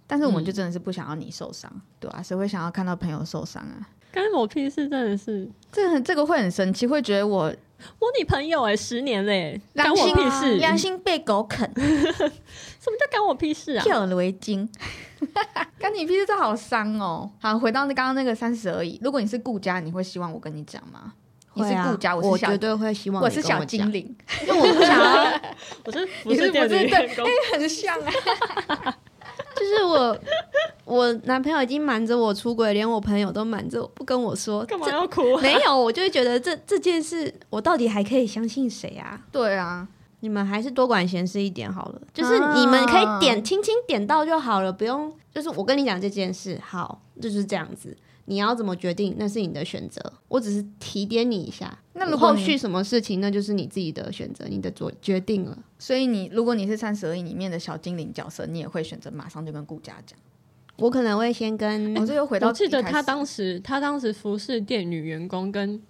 Speaker 2: 但是我们
Speaker 1: 嗯
Speaker 2: 就真的是不想要你受伤，对啊，谁会想要看到朋友受伤啊？
Speaker 1: 干我屁事真的是
Speaker 2: 这很这个会很生气，会觉得我
Speaker 1: 我女朋友哎、十年嘞、干
Speaker 2: 良
Speaker 1: 我
Speaker 2: 心啊
Speaker 1: 屁事，
Speaker 2: 良心被狗啃，
Speaker 1: 什么叫干我屁
Speaker 2: <laughs>
Speaker 1: 事啊？
Speaker 2: 跳了围巾，干你屁事，这好伤哦。好，回到那刚刚那个三十而已，如果你是顾家，你会希望我跟你讲吗？你是
Speaker 3: 会啊
Speaker 2: 顾家，
Speaker 3: 我
Speaker 2: 是小，
Speaker 3: 绝对会希望
Speaker 2: 我
Speaker 3: 你
Speaker 2: 是
Speaker 3: 跟
Speaker 2: 小
Speaker 3: 讲
Speaker 2: 精，灵，
Speaker 3: 因为我不想要
Speaker 1: 我是服
Speaker 2: <laughs> 你是
Speaker 1: 饰
Speaker 2: 不
Speaker 1: 店的
Speaker 2: 是对？
Speaker 1: 员工 <laughs>
Speaker 2: 哎，，很像啊。
Speaker 3: 就是我，我男朋友已经瞒着我出轨，连我朋友都瞒着我不跟我说。
Speaker 1: 干嘛
Speaker 3: 这
Speaker 1: 要哭、啊？
Speaker 3: 没有，我就会觉得这这件事，我到底还可以相信谁啊？
Speaker 2: 对啊，
Speaker 3: 你们还是多管闲事一点好了，就是你们可以
Speaker 2: 啊
Speaker 3: 点、轻轻点到就好了，不用就是我跟你讲这件事，好，就是这样子。你要怎么决定，那是你的选择，我只是提点你一下。
Speaker 2: 那如果
Speaker 3: 后
Speaker 2: 你
Speaker 3: 续什么事情，那就是你自己的选择，你的做决定了。
Speaker 2: 所以你如果你是三十而已里面的小精灵角色，你也会选择马上就跟顾家讲。
Speaker 3: 我可能会先跟
Speaker 2: 我、这 <laughs> 又回到
Speaker 1: 我记得
Speaker 2: 一开始
Speaker 1: 他当时，他当时服饰店女员工跟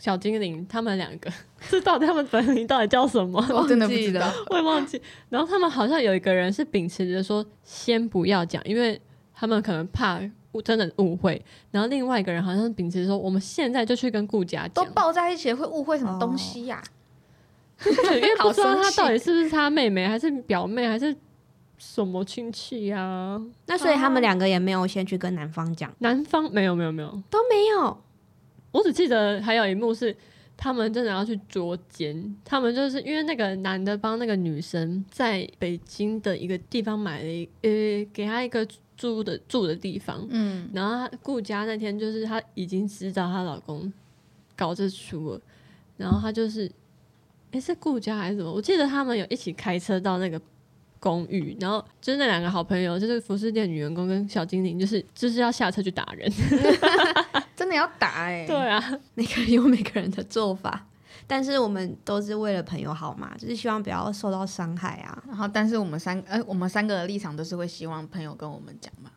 Speaker 1: 小精灵他们两个， <laughs> 这到底他们本名到底叫什么？
Speaker 2: <laughs> 我哦真的不
Speaker 3: 忘记
Speaker 2: 知道，
Speaker 1: 我也忘记。然后他们好像有一个人是秉持着说先不要讲，因为他们可能怕误真的误会。然后另外一个人好像是秉持着说我们现在就去跟顾家
Speaker 2: 都
Speaker 1: 讲，哦
Speaker 2: 抱在一起会误会什么东西呀、
Speaker 1: <laughs> 因为不知道
Speaker 2: 好
Speaker 1: 她
Speaker 2: 生气
Speaker 1: 到底是不是她妹妹，还是表妹，还是什么亲戚啊？
Speaker 3: 那所以他们
Speaker 2: 哦
Speaker 3: 两个也没有先去跟男方讲，
Speaker 1: 男方没有没有没有，
Speaker 3: 都没有。
Speaker 1: 我只记得还有一幕是他们真的要去捉奸，他们就是因为那个男的帮那个女生在北京的一个地方买了一呃，给她一个住的住的地方，
Speaker 2: 嗯，
Speaker 1: 然后她顾佳那天就是她已经知道她老公搞这出了，然后她就是，诶，是顾佳还是什么？我记得他们有一起开车到那个公寓，然后就是那两个好朋友，就是服饰店女员工跟小精灵，就是就是要下车去打人。
Speaker 2: 真的要打哎、
Speaker 1: <laughs> 对，啊，
Speaker 3: <laughs> 每个人有每个人的做法，但是我们都是为了朋友好嘛，就是希望不要受到伤害啊。
Speaker 2: 然后但是我们三呃我们三个的立场都是会希望朋友跟我们讲嘛。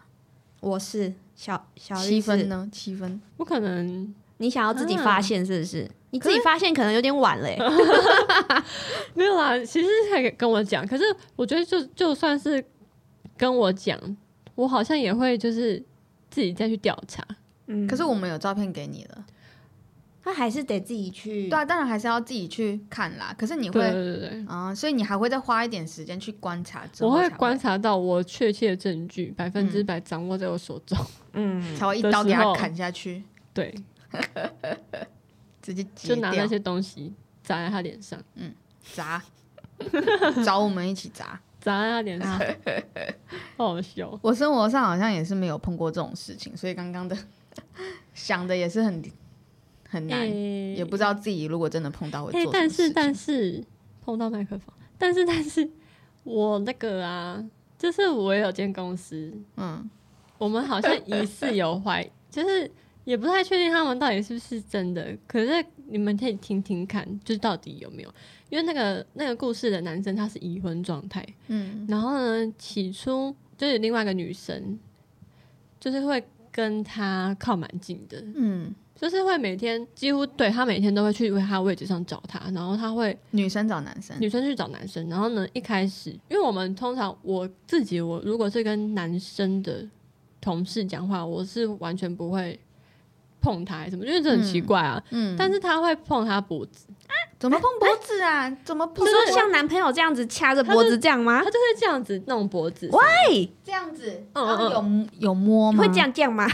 Speaker 3: 我是小小
Speaker 2: 七
Speaker 3: 丽是
Speaker 2: 分呢？七分，
Speaker 1: 我可能
Speaker 3: 你想要自己发现是不是？你自己发现可能有点晚嘞、
Speaker 1: 没有啦，其实他跟我讲，可是我觉得就就算是跟我讲，我好像也会就是自己再去调查。
Speaker 3: 嗯，
Speaker 2: 可是我们有照片给你了，
Speaker 1: 嗯
Speaker 3: 他还是得自己去。
Speaker 2: 对啊，当然还是要自己去看啦。可是你
Speaker 1: 对
Speaker 2: 会
Speaker 1: 对对对，
Speaker 2: 啊、所以你还会再花一点时间去观察之后
Speaker 1: 我
Speaker 2: 才，
Speaker 1: 会观察到我确切的证据百分之
Speaker 2: 嗯
Speaker 1: 百掌握在我手中。 <laughs>
Speaker 3: 嗯，
Speaker 2: 才会一
Speaker 1: 的
Speaker 2: 刀给
Speaker 1: 时
Speaker 2: 他
Speaker 1: 候
Speaker 2: 砍下去，
Speaker 1: 对，
Speaker 2: 直接截
Speaker 1: 就拿
Speaker 2: 掉
Speaker 1: 那些东西砸在他脸上，
Speaker 2: 砸， <laughs> 找我们一起砸。
Speaker 1: 砸在他脸
Speaker 2: 啊
Speaker 1: 上， <laughs> 好好笑。
Speaker 2: 我生活上好像也是没有碰过这种事情，所以刚刚的 <laughs> 想的也是很很难，
Speaker 1: 诶
Speaker 2: 也不知道自己如果真的碰到会做
Speaker 1: 哎、
Speaker 2: 什么
Speaker 1: 嗯但是
Speaker 2: 事情
Speaker 1: 但是碰到麦克风，但是但是我那个啊，就是我也有间公司，
Speaker 2: 嗯，
Speaker 1: 我们好像疑似有怀，就是也不太确定他们到底是不是真的。可是你们可以听听看，就是到底有没有？因为那个那个故事的男生他是已婚状态，
Speaker 2: 嗯，
Speaker 1: 然后呢，起初就是另外一个女生，就是会跟他靠蛮近的，
Speaker 2: 嗯，
Speaker 1: 就是会每天几乎对他每天都会去为他位置上找他，然后他会
Speaker 2: 女生找男生，
Speaker 1: 女生去找男生，然后呢，一开始，因为我们通常我自己，我如果是跟男生的同事讲话，我是完全不会碰他还是什么，因为这很奇怪啊。
Speaker 2: 嗯，
Speaker 1: 但是他会碰他脖子，
Speaker 2: 怎么碰脖子啊？怎么
Speaker 3: 你
Speaker 2: 碰
Speaker 3: 说
Speaker 2: 脖子
Speaker 3: 像男朋友这样子掐着脖子这样吗
Speaker 1: 他？就会这样子弄脖子，
Speaker 3: 哇
Speaker 2: 这样子？
Speaker 1: 嗯
Speaker 2: 然后
Speaker 1: 嗯
Speaker 2: 有有摸吗？
Speaker 3: 会这样这样吗？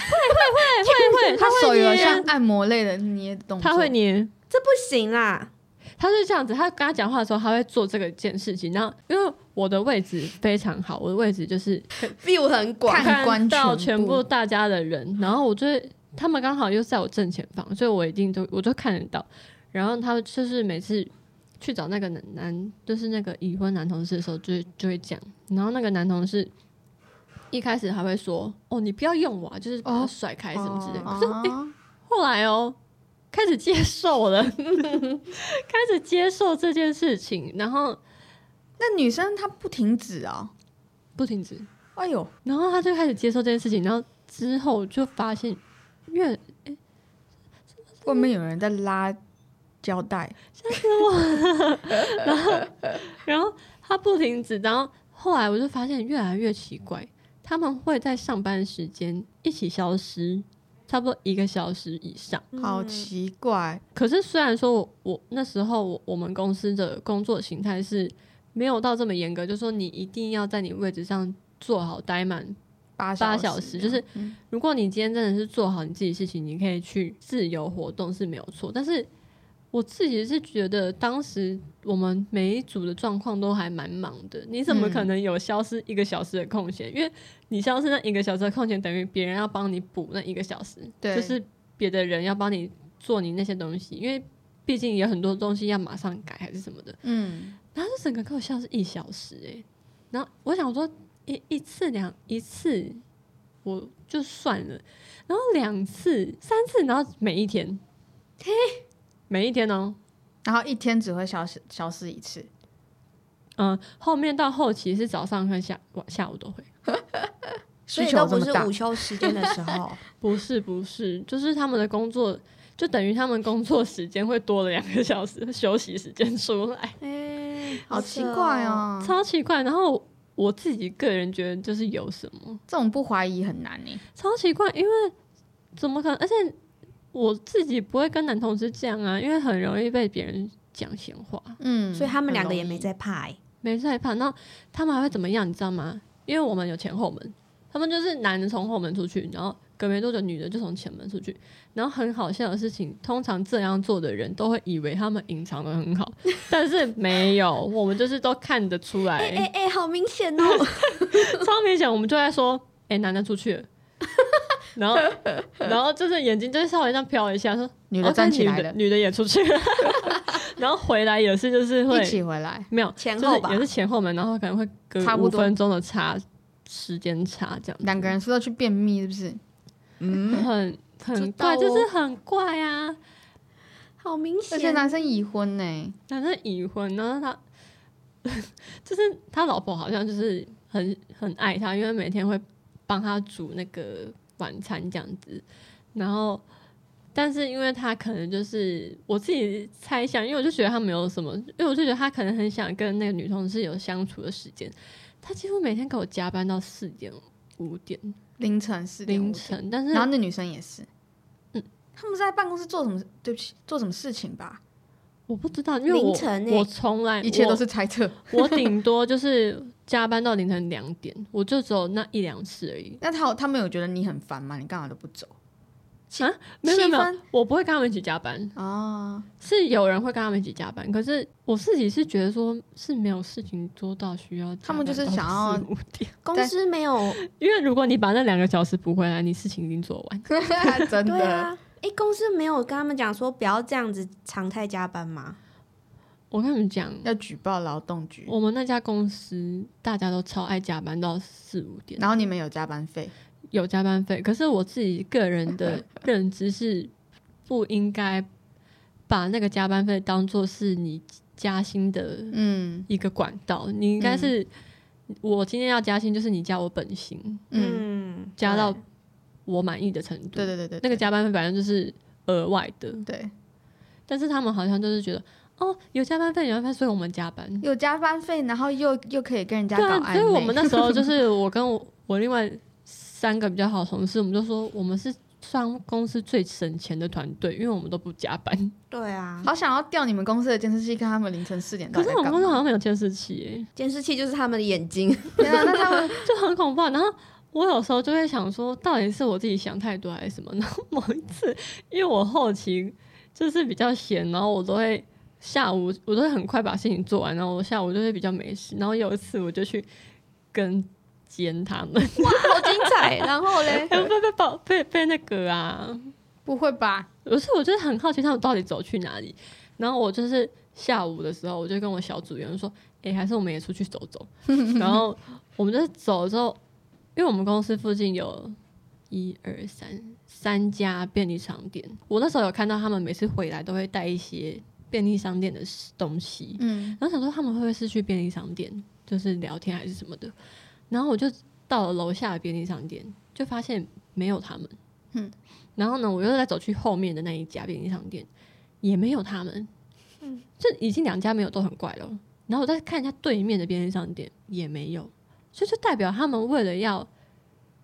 Speaker 1: 会会，
Speaker 2: 他
Speaker 1: 会
Speaker 2: 手有
Speaker 1: 捏
Speaker 2: 像按摩类的捏动作，
Speaker 1: 他会捏，
Speaker 3: 这不行啊啦，
Speaker 1: 他是这样子，他跟他讲话的时候，他会做这个件事情。然后因为我的位置非常好，我的位置就是
Speaker 3: ，view 很广。
Speaker 2: 看
Speaker 1: 看
Speaker 2: 观
Speaker 1: 到
Speaker 2: 全
Speaker 1: 全
Speaker 2: 部
Speaker 1: 部大家的人，然后我就会他们刚好又在我正前方，所以我一定都我就看得到。然后他们就是每次去找那个男男，就是那个已婚男同事的时候，就会就会讲。然后那个男同事一开始还会说：“哦，你不要用我、啊，就是把他
Speaker 2: 哦
Speaker 1: 甩开什么之类的。
Speaker 2: 啊
Speaker 1: 可是、诶后来哦，开始接受了，开始接受这件事情，然后
Speaker 2: 那女生她不停止哦，
Speaker 1: 不停止。
Speaker 2: 哎呦，
Speaker 1: 然后他就开始接受这件事情，然后之后就发现越
Speaker 2: 外面有人在拉胶带，
Speaker 1: 然后他不停止，然后后来我就发现越来越奇怪，他们会在上班时间一起消失，差不多一个小时以上。
Speaker 2: 好
Speaker 3: 嗯
Speaker 2: 奇怪。
Speaker 1: 可是虽然说我我那时候我我们公司的工作形态是没有到这么严格，就说你一定要在你位置上坐好待满。
Speaker 2: 八
Speaker 1: 八
Speaker 2: 小
Speaker 1: 小时就是
Speaker 2: 嗯
Speaker 1: 如果你今天真的是做好你自己的事情，你可以去自由活动是没有错。但是我自己是觉得当时我们每一组的状况都还蛮忙的，你怎么
Speaker 2: 嗯
Speaker 1: 可能有消失一个小时的空闲？因为你消失那一个小时的空闲，等于别人要帮你补那一个小时，
Speaker 2: 对
Speaker 1: 就是别的人要帮你做你那些东西，因为毕竟有很多东西要马上改还是什么的。
Speaker 2: 嗯，
Speaker 1: 然后就整个给我笑是一小时哎、然后我想说一一次两一次我就算了，然后两次三次，然后每一天，每一天哦，
Speaker 2: 然后一天只会消失消失一次，
Speaker 1: 嗯，后面到后期是早上和下晚下午都会，
Speaker 2: 需
Speaker 3: 所以
Speaker 2: 求
Speaker 3: 都
Speaker 2: 这
Speaker 3: 不
Speaker 2: 么
Speaker 3: 是
Speaker 2: 大
Speaker 3: 午，休时间的时候，
Speaker 1: 不是不是，就是他们的工作就等于他们工作时间会多了两个小时， <laughs> 休息时间出来，
Speaker 3: 哎，
Speaker 2: 好奇怪！哦，
Speaker 1: 超奇怪。然后我自己个人觉得就是有什么。
Speaker 2: 这种不怀疑很难欸呢。
Speaker 1: 超奇怪，因为怎么可能？而且我自己不会跟男同事这样啊，因为很容易被别人讲闲话，
Speaker 2: 嗯，
Speaker 3: 所以他们两个也没
Speaker 2: 在。
Speaker 3: 在怕、欸，
Speaker 1: 没害怕。那他们还会怎么样？你知道吗？因为我们有前后门，他们就是男的从后门出去，然后隔没多久女的就从前门出去。然后很好笑的事情，通常这样做的人都会以为他们隐藏的很好，但是没有，我们就是都看得出来，
Speaker 3: <laughs> 哎哎，好明显哦！
Speaker 1: <laughs> 超明显。我们就在说，哎、男的出去了。然后，然后就是眼睛就是稍微这样瞟一下，说
Speaker 2: 女的
Speaker 1: 哦
Speaker 2: 站
Speaker 1: 但
Speaker 2: 起来
Speaker 1: 女的
Speaker 2: 了
Speaker 1: 女的也出去了， <laughs> 然后回来也是就是会
Speaker 2: 一起回来，
Speaker 1: 没有
Speaker 3: 前
Speaker 1: 就是
Speaker 3: 后吧
Speaker 1: 也是前后门，然后可能会隔
Speaker 2: 差不
Speaker 1: 五
Speaker 2: 多
Speaker 1: 分钟的差时间差这样子，
Speaker 2: 两个人说要去便秘，是不
Speaker 3: 啊
Speaker 2: 是？
Speaker 3: 嗯，
Speaker 1: 很
Speaker 2: 知
Speaker 1: 很
Speaker 2: 道
Speaker 1: 怪，
Speaker 2: 哦
Speaker 1: 就是很怪啊。
Speaker 3: 好明
Speaker 2: 而且
Speaker 3: 显。
Speaker 2: 男生已婚呢、欸
Speaker 1: 男生已婚，然后他就是他老婆好像就是很很爱他，因为每天会帮他煮那个晚餐这样子，然后。但是因为他可能就是我自己猜想，因为我就觉得他没有什么，因为我就觉得他可能很想跟那个女同事有相处的时间。他几乎每天给我加班到四点五点
Speaker 2: 凌晨四点
Speaker 1: 凌
Speaker 2: 五
Speaker 1: 晨，但是
Speaker 2: 然后那女生也是，嗯，他们是在办公室做什么？对不起，做什么事情吧？
Speaker 1: 我不知道，因为我
Speaker 3: 凌晨欸
Speaker 1: 我从来
Speaker 2: 一切
Speaker 1: 我
Speaker 2: 都是猜测。
Speaker 1: 哎 <laughs> 我顶多就是加班到凌晨两点，我就只有那一两次而已。
Speaker 2: 那他他们有觉得你很烦吗？你干嘛都不走
Speaker 1: 啊，没有没有没
Speaker 2: 七
Speaker 1: 有
Speaker 2: 分，
Speaker 1: 我不会跟他们一起加班，
Speaker 3: 哦
Speaker 2: 啊？
Speaker 1: 是有人会跟他们一起加班，可是我自己是觉得说是没有事情做到需要加班到
Speaker 2: 他们就是想要
Speaker 1: 4-5点， <laughs>
Speaker 3: 公司没有，
Speaker 1: 因为如果你把那两个小时补回来，你事情已经做完。
Speaker 2: <laughs> 真
Speaker 3: 对
Speaker 2: 的，
Speaker 3: 啊，哎、公司没有跟他们讲说不要这样子常态加班吗？
Speaker 1: 我跟你们讲，
Speaker 2: 要举报劳动局。
Speaker 1: 我们那家公司大家都超爱加班到四五点，
Speaker 2: 然后你们有加班费，
Speaker 1: 有加班费，可是我自己个人
Speaker 2: <laughs>
Speaker 1: 的认知是不应该把那个加班费当做是你加薪的
Speaker 2: 嗯
Speaker 1: 一个管道，你应该是、我今天要加薪，就是你加我本薪，
Speaker 2: 嗯，
Speaker 3: 嗯，
Speaker 1: 加到
Speaker 2: 对
Speaker 1: 我满意的程度。
Speaker 2: 对对对对，
Speaker 1: 那个加班费反正就是额外的，
Speaker 2: 对
Speaker 1: 但是他们好像就是觉得哦，有加班费，有加班费，所以我们加班。
Speaker 2: 有加班费，然后又又可以跟人家
Speaker 1: 对
Speaker 2: 搞
Speaker 1: 啊，
Speaker 2: 暧昧，
Speaker 1: 所以我们那时候
Speaker 2: <laughs>
Speaker 1: 就是我跟我我另外三个比较好的同事，我们就说我们是算公司最省钱的团队，因为我们都不加班。
Speaker 3: 对啊，
Speaker 2: 好想要调你们公司的监视器，看他们凌晨四点到
Speaker 1: 可
Speaker 2: 底
Speaker 1: 是
Speaker 2: 在
Speaker 1: 我
Speaker 2: 干
Speaker 1: 们
Speaker 2: 嘛。
Speaker 1: 公司好像没有监视器耶、
Speaker 3: 监视器就是他们的眼 <laughs> 睛，
Speaker 2: 天啊，那他们
Speaker 1: 就很恐怖啊。然后我有时候就会想说，到底是我自己想太多还是什么？然后某一次，因为我后期就是比较闲，然后我都会。下午我都会很快把事情做完，然后我下午就会比较没事。然后有一次我就去跟监他们， <laughs>
Speaker 2: 好精彩。然后嘞，
Speaker 1: 被被被被被那个啊，
Speaker 2: 不会吧？
Speaker 1: 不是，我就是很好奇他们到底走去哪里。然后我就是下午的时候，我就跟我小组员说：“诶，还是我们也出去走走。”然后我们就是走的时候，因为我们公司附近有一二三三家便利商店，我那时候有看到他们每次回来都会带一些便利商店的东西。
Speaker 2: 嗯，
Speaker 1: 然后想说他们会不会是去便利商店，就是聊天还是什么的。然后我就到了楼下的便利商店，就发现没有他们。
Speaker 2: 嗯，
Speaker 1: 然后呢，我又再走去后面的那一家便利商店，也没有他们。嗯，就已经两家没有都很怪了。然后我再看一下对面的便利商店，也没有，所以就代表他们为了要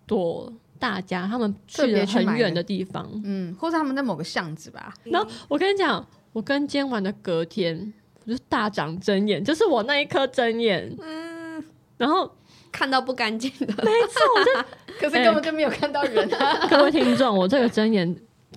Speaker 1: 躲大家，他们
Speaker 2: 特
Speaker 1: 去
Speaker 2: 别
Speaker 1: 了
Speaker 2: 去
Speaker 1: 很
Speaker 2: 买
Speaker 1: 远
Speaker 2: 了
Speaker 1: 的地方。
Speaker 2: 嗯，或者他们在某个巷子吧。
Speaker 1: 然后我跟你讲，我跟今晚的隔天，我就大长针眼，就是我那一颗针眼。嗯，然后
Speaker 3: 看到不干净的，
Speaker 2: 可是根本就没有看到
Speaker 1: <laughs>
Speaker 2: 人啊。
Speaker 1: 各位听众，我这个针眼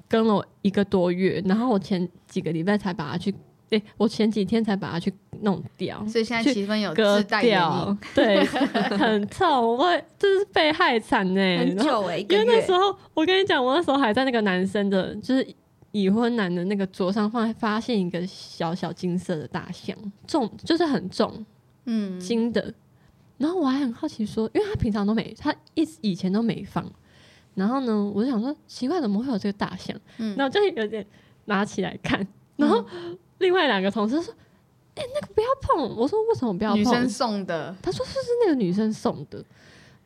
Speaker 1: 跟了我一个多月，然后我前几个礼拜才把它去，诶，我前几天才把它去弄掉。
Speaker 2: 所以现在气氛有
Speaker 1: 割
Speaker 2: 哦自带原
Speaker 1: 掉
Speaker 2: 因，，
Speaker 1: 对， <laughs> 很臭，我这是被害惨呢、
Speaker 3: 很
Speaker 1: 然后
Speaker 3: 久哎、一
Speaker 1: 因
Speaker 3: 个
Speaker 1: 为那
Speaker 3: 月
Speaker 1: 时。候我跟你讲，我那时候还在那个男生的，就是已婚男的那个桌上放发现一个小小金色的大象，重就是很重
Speaker 2: 嗯，
Speaker 1: 金的。然后我还很好奇说，因为他平常都没，他一直以前都没放。然后呢，我就想说奇怪，怎么会有这个大象？
Speaker 2: 嗯
Speaker 1: 然后我就有点拿起来看，然后另外两个同事说：“哎、那个不要碰。”我说：“为什么不要碰？”
Speaker 2: 女生送的，
Speaker 1: 他说是不是那个女生送的？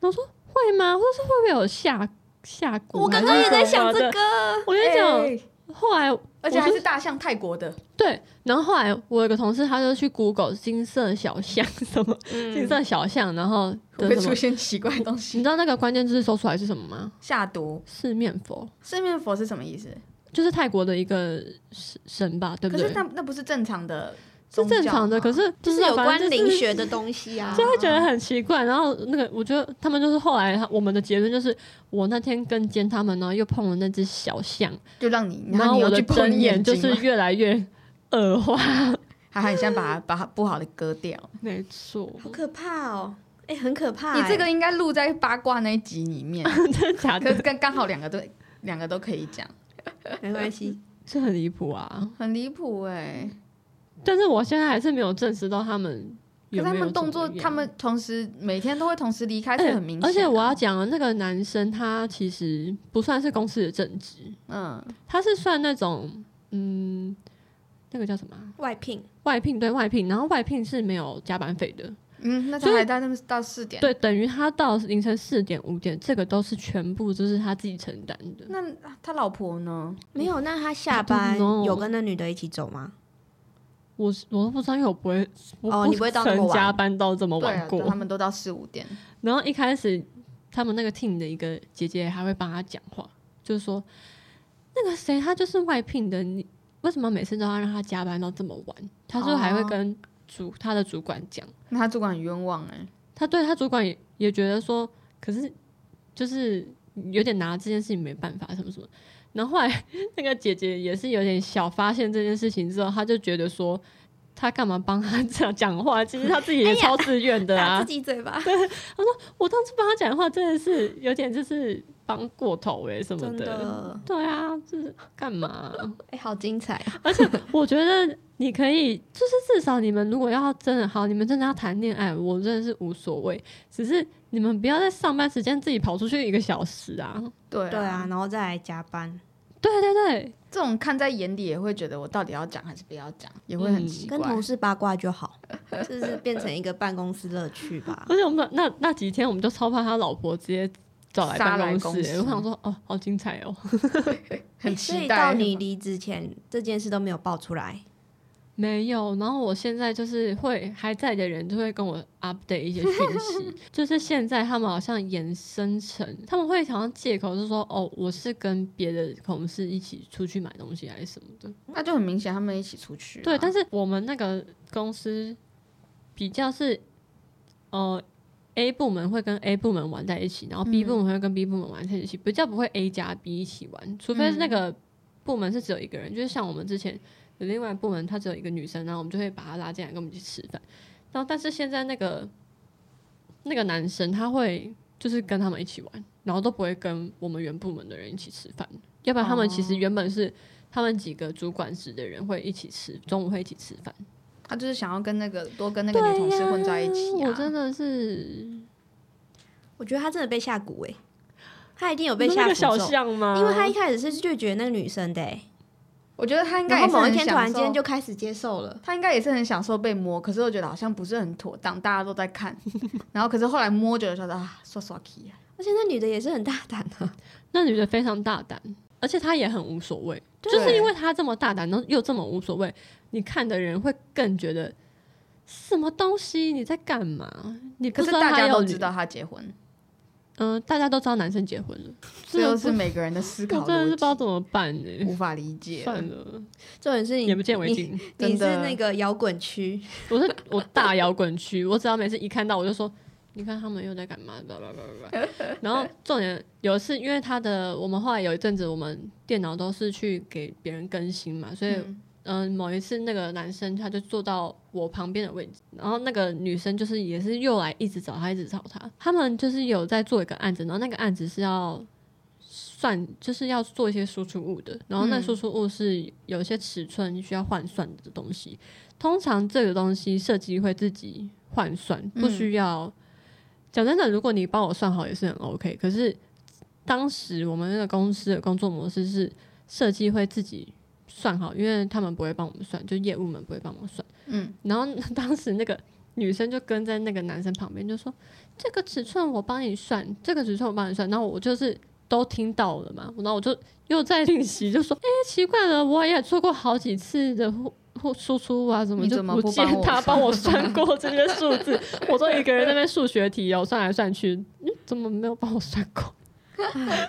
Speaker 1: 然后我说会吗？或者说会不会有下下蛊？
Speaker 3: 我刚刚也在
Speaker 1: 还
Speaker 3: 想这
Speaker 1: 是什么的。
Speaker 3: 个，
Speaker 1: 我跟你讲，
Speaker 2: 哎
Speaker 1: 后来
Speaker 2: 而且还
Speaker 1: 我就是
Speaker 2: 大象泰国的，
Speaker 1: 对，然后后来我有个同事，他就去 Google 金色小象什么、
Speaker 3: 嗯
Speaker 1: 金色小象，然后的
Speaker 2: 会不会
Speaker 1: 什
Speaker 2: 出
Speaker 1: 么？
Speaker 2: 现奇怪的东
Speaker 1: 你
Speaker 2: 西？
Speaker 1: 知道那个关键字搜出来是什么吗？
Speaker 2: 下毒，
Speaker 1: 四面佛。
Speaker 2: 四面佛是什么意思？
Speaker 1: 就是泰国的一个神神吧，对不
Speaker 2: 可
Speaker 1: 对？
Speaker 2: 是那那不是正常的
Speaker 1: 是
Speaker 2: 宗教吗，
Speaker 1: 正常的，可是
Speaker 3: 就
Speaker 1: 就是
Speaker 3: 有关
Speaker 1: 灵
Speaker 3: 灵学的东西啊
Speaker 1: 就。会觉得很奇怪。然后那个，我觉得他们就是后来他我们的结论就是，我那天跟监他们，然后又碰了那只小象，
Speaker 2: 就让你，
Speaker 1: 然
Speaker 2: 后
Speaker 1: 后
Speaker 2: 你
Speaker 1: 我
Speaker 2: 又
Speaker 1: 的
Speaker 2: 去碰
Speaker 1: 睁
Speaker 2: 你
Speaker 1: 眼
Speaker 2: 眼
Speaker 1: 就
Speaker 2: 睛
Speaker 1: 是
Speaker 2: 吗，
Speaker 1: 越来越恶化。
Speaker 2: <laughs> 还很像把它把它不好的割掉。
Speaker 1: 没 <laughs> 错，
Speaker 3: 好可怕哦！哎、很可怕、
Speaker 2: 你这个应该录在八卦那一集里面，
Speaker 1: 真的假
Speaker 2: 可
Speaker 1: 的？
Speaker 2: 刚刚好两个都两个都可以讲，
Speaker 3: 没关系，
Speaker 1: 这很离谱啊！
Speaker 2: 很离谱哎。
Speaker 1: 但是我现在还是没有证实到他们
Speaker 2: 可
Speaker 1: 有没
Speaker 2: 是他
Speaker 1: 有
Speaker 2: 们动作
Speaker 1: 怎么，样
Speaker 2: 他们同时每天都会同时离开，
Speaker 1: 而
Speaker 2: 是
Speaker 1: 且
Speaker 2: 很明显啊。
Speaker 1: 哎而且我要讲的那个男生，他其实不算是公司的正职，
Speaker 2: 嗯，
Speaker 1: 他是算那种嗯，那个叫什么啊
Speaker 3: 外聘
Speaker 1: 外聘？对外聘，然后外聘是没有加班费的，
Speaker 2: 嗯，那他
Speaker 1: 所以
Speaker 2: 还在那边到四点，
Speaker 1: 对，等于他到凌晨四点五点，这个都是全部就是他自己承担的。
Speaker 2: 那他老婆呢？
Speaker 3: 没有？那他下
Speaker 1: I don't
Speaker 3: 班
Speaker 1: know
Speaker 3: 有跟那女的一起走吗？
Speaker 1: 我是我都不知道，因为我不会，我
Speaker 3: 哦你不会到那么
Speaker 1: 曾
Speaker 3: 晚
Speaker 1: 加班到这么
Speaker 2: 对啊
Speaker 1: 晚，过。
Speaker 2: 他们都到四五点。
Speaker 1: 然后一开始他们那个 team 的一个姐姐还会帮他讲话，就是说那个谁他就是外聘的，你为什么每次都要让他加班到这么晚？他说还会
Speaker 2: 哦
Speaker 1: 跟主、他的主管讲，
Speaker 2: 那他主管很冤枉哎、
Speaker 1: 他对他主管也也觉得说，可是就是有点拿这件事情没办法什么什么。然后后来那个姐姐也是有点小发现这件事情之后，她就觉得说。他干嘛帮他这样讲话？其实他自己也超自愿的啊！
Speaker 3: 打自己嘴巴，
Speaker 1: 我当初帮他讲话真的是有点就是帮过头哎、什么
Speaker 3: 真
Speaker 1: 的，
Speaker 3: 的，
Speaker 1: 对啊，就是干嘛、
Speaker 3: 哎、好精彩！
Speaker 1: 我觉得你可以，就是至少你们如果要真的好，你们真的要谈恋爱，我真的是无所谓，只是你们不要在上班时间自己跑出去一个小时啊！
Speaker 2: 对
Speaker 3: 对啊，，然后再来加班，
Speaker 1: 对对对，
Speaker 2: 这种看在眼里也会觉得我到底要讲还是不要讲，也会很奇怪。
Speaker 3: 跟同事八卦就好，就是变成一个办公室乐趣
Speaker 1: <laughs>
Speaker 3: 吧。
Speaker 1: 而且我们那那几天我们就超怕他老婆直接找来办公室
Speaker 2: 杀来公
Speaker 1: 欸、
Speaker 2: 司
Speaker 1: 我想说哦，好精彩哦，
Speaker 2: 很
Speaker 3: 哎所以
Speaker 2: 期待。
Speaker 3: 到你离职前，这件事都没有爆出来，
Speaker 1: 没有，然后我现在就是会还在的人就会跟我 update 一些讯息，就是现在他们好像延伸成，他们会好像借口是说哦，我是跟别的同事一起出去买东西还是什么的。
Speaker 2: 那就很明显，他们一起出去啊、
Speaker 1: 对，但是我们那个公司比较是，呃，A 部门会跟 A 部门玩在一起，然后 B
Speaker 2: 嗯
Speaker 1: 部门会跟 B 部门玩在一起，比较不会 A 加 B 一起玩，除非是那
Speaker 2: 嗯
Speaker 1: 个部门是只有一个人，就是像我们之前有另外部门，她只有一个女生，然后我们就会把她拉进来跟我们一起吃饭。然后但是现在那个那个男生他会就是跟他们一起玩，然后都不会跟我们原部门的人一起吃饭，要不然他们
Speaker 2: 哦
Speaker 1: 其实原本是。他们几个主管职的人会一起吃，中午会一起吃饭。
Speaker 2: 他就是想要跟那个多跟那个女同事混在一起、啊
Speaker 1: 我真的是
Speaker 3: 我觉得他真的被下蛊哎、他一定有被
Speaker 1: 你说
Speaker 3: 下
Speaker 1: 那个
Speaker 3: 诅
Speaker 1: 小啊
Speaker 3: 咒，
Speaker 1: 象吗？
Speaker 3: 因为他一开始是拒绝那个女生的、欸，
Speaker 2: 我觉得他应该
Speaker 3: 然
Speaker 2: 也是
Speaker 3: 后某
Speaker 2: 很
Speaker 3: 一天突
Speaker 2: 享
Speaker 3: 然
Speaker 2: 受
Speaker 3: 间就开始接受了。
Speaker 2: 他应该也是很享受被摸，可是我觉得好像不是很妥当，大家都在
Speaker 1: <laughs>
Speaker 2: 看，然后可是后来摸久了觉得啊，刷刷 k
Speaker 3: 而且那女的也是很大胆啊，
Speaker 1: 那女的非常大胆，而且她也很无所谓，
Speaker 2: 对
Speaker 1: 就是因为她这么大胆，然后又这么无所谓，你看的人会更觉得什么东西你在干嘛？你不
Speaker 2: 可
Speaker 1: 知
Speaker 2: 是
Speaker 1: 道
Speaker 2: 大
Speaker 1: 她
Speaker 2: 家
Speaker 1: 有
Speaker 2: 都
Speaker 1: 女
Speaker 2: 知，道他结婚，
Speaker 1: 嗯、大家都知道男生结婚了，
Speaker 2: 这
Speaker 1: 真的
Speaker 2: 就
Speaker 1: 不
Speaker 2: 是每个人的思
Speaker 1: 我 <laughs>
Speaker 2: 考
Speaker 1: 真的是不知道
Speaker 2: 逻辑
Speaker 1: 怎么办呢、
Speaker 2: 无法理解。
Speaker 1: 算了，
Speaker 3: 重点是你
Speaker 1: 眼不见为净。
Speaker 3: 你你
Speaker 2: 真
Speaker 3: 是
Speaker 2: 的
Speaker 3: 那个摇滚
Speaker 1: <laughs>
Speaker 3: 区，
Speaker 1: 我是我大摇滚区，我只要每次一看到我就说，你看他们又在干嘛？叭叭叭叭叭。然后重点有一次，因为他的我们后来有一阵子，我们电脑都是去给别人更新嘛，所以
Speaker 2: 嗯
Speaker 1: 嗯、某一次那个男生他就坐到我旁边的位置，然后那个女生就是也是又来一直找他，一直找他。他们就是有在做一个案子，然后那个案子是要算，就是要做一些输出物的，然后那
Speaker 2: 嗯
Speaker 1: 输出物是有一些尺寸需要换算的东西。通常这个东西设计会自己换算，不需要。讲真的，如果你帮我算好也是很 OK，可是当时我们那个公司的工作模式是设计会自己算好，因为他们不会帮我们算，就业务们不会帮忙算。
Speaker 2: 嗯，
Speaker 1: 然后当时那个女生就跟在那个男生旁边，就说：“这个尺寸我帮你算，这个尺寸我帮你算。”然后我就是都听到了嘛，然后我就又在练习，就说：“哎、奇怪了，我也做过好几次的 <laughs> 户户输出啊，怎么
Speaker 2: 你
Speaker 1: 就
Speaker 2: 怎么不
Speaker 1: 见
Speaker 2: 帮我
Speaker 1: 他
Speaker 2: 算
Speaker 1: 帮我算过这些数字？我都一个人在那边数学题哦，算来算去，嗯，怎么没有帮我算过？”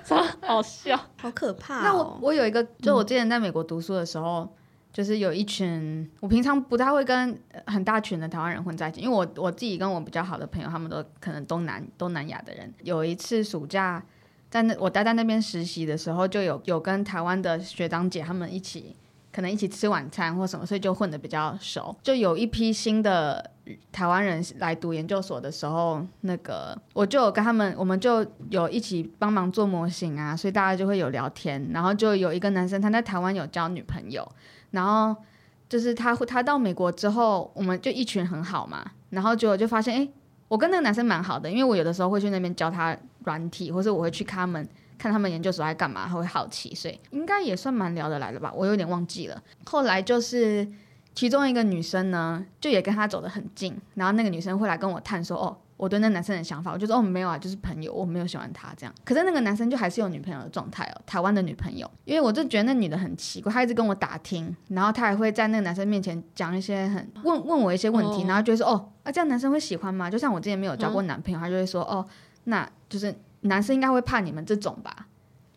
Speaker 1: 超好笑。
Speaker 3: 好可怕、哦。
Speaker 2: 那我我有一个，就我之前在美国读书的时候，就是有一群我平常不太会跟呃很大群的台湾人混在一起，因为我我自己跟我比较好的朋友，他们都可能东南东南亚的人。有一次暑假在那我待在那边实习的时候，就有有跟台湾的学长姐他们一起。可能一起吃晚餐或什么，所以就混得比较熟。就有一批新的台湾人来读研究所的时候，那个我就有跟他们，我们就有一起帮忙做模型啊，所以大家就会有聊天。然后就有一个男生，他在台湾有交女朋友，然后就是他他到美国之后，我们就一群很好嘛，然后结果就发现，哎、我跟那个男生蛮好的，因为我有的时候会去那边教他软体，或是我会去看他们看他们研究所在干嘛，他会好奇，所以应该也算蛮聊得来的吧。我有点忘记了。后来就是其中一个女生呢，就也跟他走得很近，然后那个女生会来跟我探说，哦，我对那男生的想法，我就说哦没有啊，就是朋友，我没有喜欢他这样。可是那个男生就还是有女朋友的状态哦，台湾的女朋友，因为我就觉得那女的很奇怪，她一直跟我打听，然后她还会在那个男生面前讲一些很问问我一些问题，
Speaker 1: 哦
Speaker 2: 然后就会说哦，啊这样男生会喜欢吗？就像我之前没有交过男朋友，她就会说哦，那就是男生应该会怕你们这种吧。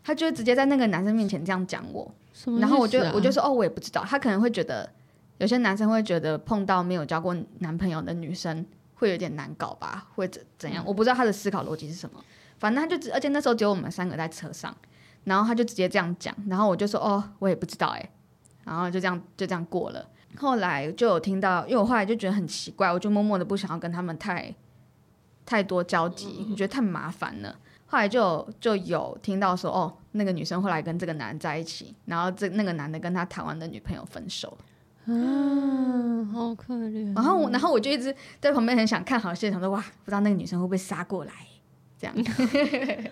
Speaker 2: 她就会直接在那个男生面前这样讲我，
Speaker 1: 什么意思啊、
Speaker 2: 然后我就我就说哦，我也不知道，他可能会觉得有些男生会觉得碰到没有交过男朋友的女生会有点难搞吧，会怎怎
Speaker 1: 嗯
Speaker 2: 样？我不知道他的思考逻辑是什么。反正他就只，而且那时候只有我们三个在车上，然后他就直接这样讲，然后我就说哦，我也不知道哎、然后就这样就这样过了。后来就有听到，因为我后来就觉得很奇怪，我就默默的不想要跟他们太太多交集，
Speaker 1: 嗯
Speaker 2: 我觉得太麻烦了。后来就有就有听到说，哦，那个女生后来跟这个男人在一起，然后这那个男的跟他台湾的女朋友分手，
Speaker 1: 嗯，好可怜。
Speaker 2: 然后我然后我就一直在旁边很想看好戏，想说哇，不知道那个女生会不会杀过来，这样。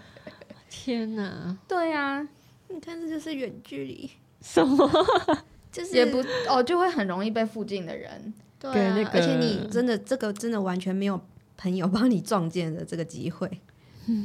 Speaker 1: 天哪，
Speaker 2: 对啊，
Speaker 3: 你看，这就是远距离，
Speaker 1: 什么？ <laughs>
Speaker 3: 就是
Speaker 2: 也不哦，就会很容易被附近的人。
Speaker 3: 对、
Speaker 1: 给
Speaker 3: 啊
Speaker 1: 那个
Speaker 3: 而且你真的这个真的完全没有朋友帮你撞见的这个机会。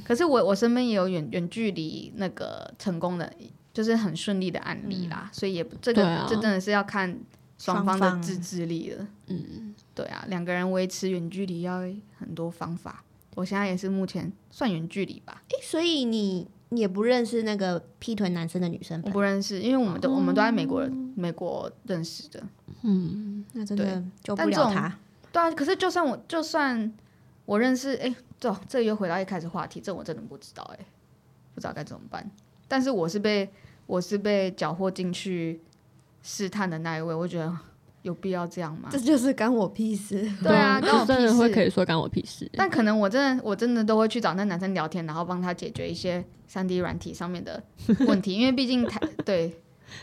Speaker 2: 可是我我身边也有远远距离那个成功的，就是很顺利的案例啦，所以也不这个、
Speaker 1: 对啊
Speaker 2: 这真的是要看双方
Speaker 3: 双
Speaker 2: 的
Speaker 3: 方
Speaker 2: 自制力了。嗯，对啊，两个人维持远距离要很多方法。我现在也是目前算远距离吧，
Speaker 3: 诶，所以你你也不认识那个劈腿男生的女生
Speaker 2: 我
Speaker 3: 吧，
Speaker 2: 不认识，因为我们都、我们都在美国美国认识的。
Speaker 3: 那真
Speaker 2: 对
Speaker 3: 的救不
Speaker 2: 但这
Speaker 3: 了
Speaker 2: 种
Speaker 3: 他。
Speaker 2: 对啊，可是就算我就算我认识，哎、这这又回到一开始话题，这我真的不知道、哎，不知道该怎么办。但是我是被我是被缴获进去试探的那一位，我觉得有必要这样吗
Speaker 3: 这？就是干我屁事。
Speaker 1: <laughs>
Speaker 2: 对啊，
Speaker 1: 就
Speaker 2: 但我
Speaker 1: 嗯真的会可
Speaker 2: 以。
Speaker 1: 以说干我屁事。
Speaker 2: 但可能我真的我真的都会去找那男生聊天，然后帮他解决一些三 D 软体上面的问题，因为毕竟台 <laughs> 对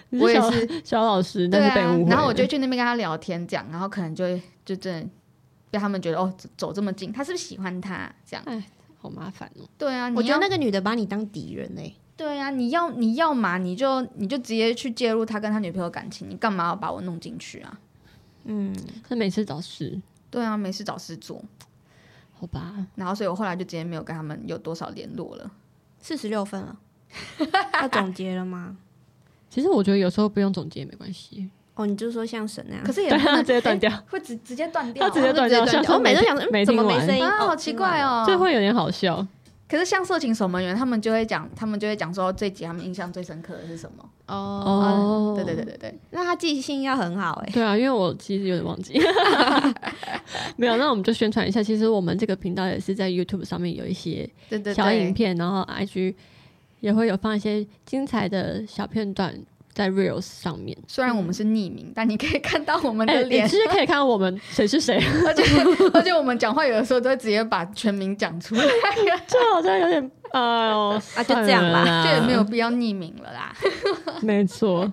Speaker 1: 你
Speaker 2: 我也
Speaker 1: 小
Speaker 2: 是
Speaker 1: 小老师，
Speaker 2: 对
Speaker 1: 但
Speaker 2: 啊，
Speaker 1: 是被误会了、
Speaker 2: 然后我就去那边跟他聊天，这样，然后可能就会就真的被他们觉得哦，走走这么近，他是不是喜欢他？这样，
Speaker 1: 好麻烦哦、
Speaker 2: 对啊，你
Speaker 3: 我觉
Speaker 2: 要
Speaker 3: 得那个女的把你当敌人嘞、
Speaker 2: 对啊，你要你要嘛，你就你就直接去介入他跟他女朋友感情，你干嘛要把我弄进去啊？
Speaker 1: 他每次找事，
Speaker 2: 对啊，没事找事做。
Speaker 1: 好吧？
Speaker 2: 然后，所以我后来就直接没有跟他们有多少联络了。
Speaker 3: 四十六分 <laughs> 了，要总结了吗？
Speaker 1: 其实我觉得有时候不用总结也没关系，
Speaker 3: 哦，你就说像神那样。
Speaker 2: 可是也
Speaker 1: 对
Speaker 2: 不
Speaker 1: 他 <laughs>
Speaker 2: 能
Speaker 1: 直接断掉，
Speaker 2: 会直直接断
Speaker 1: 他
Speaker 2: 掉啊，
Speaker 1: 直接断掉，
Speaker 3: 对对对
Speaker 1: 像
Speaker 3: 我每次想
Speaker 1: 没
Speaker 3: 嗯
Speaker 1: 没
Speaker 3: 怎
Speaker 1: 听
Speaker 3: 么没
Speaker 1: 完
Speaker 3: 声，音
Speaker 2: 啊，
Speaker 3: 哦
Speaker 2: 好奇怪哦。
Speaker 1: 这会有点好笑。
Speaker 2: 可是像色情守门员，他们就会讲，他们就会讲说这集他们印象最深刻的是什么？
Speaker 3: 哦，
Speaker 1: 哦，
Speaker 2: 对对对对对，
Speaker 3: 那他记性要很好哎、
Speaker 1: 对啊，因为我其实有点忘
Speaker 2: <laughs>
Speaker 1: 记，没有。那我们就宣传一下，其实我们这个频道也是在 YouTube 上面有一些
Speaker 2: 对对
Speaker 1: 小影
Speaker 2: 对，
Speaker 1: 片，然后 IG 也会有放一些精彩的小片段在 Reels 上面。
Speaker 2: 虽然我
Speaker 3: 嗯
Speaker 2: 们是匿名，但你可以看到我们
Speaker 1: 哎、
Speaker 2: 的
Speaker 1: 你
Speaker 2: 脸，
Speaker 1: 其实可以看到我
Speaker 2: <laughs>
Speaker 1: 们谁是谁，啊
Speaker 2: 而且而且我们讲话有的时候都会直接把全名讲出来，
Speaker 1: 这好像有点，哎呦，啊
Speaker 3: 就这样吧
Speaker 2: 这也没
Speaker 3: 啊
Speaker 2: 有，必要匿名了啦。哦
Speaker 1: 没错，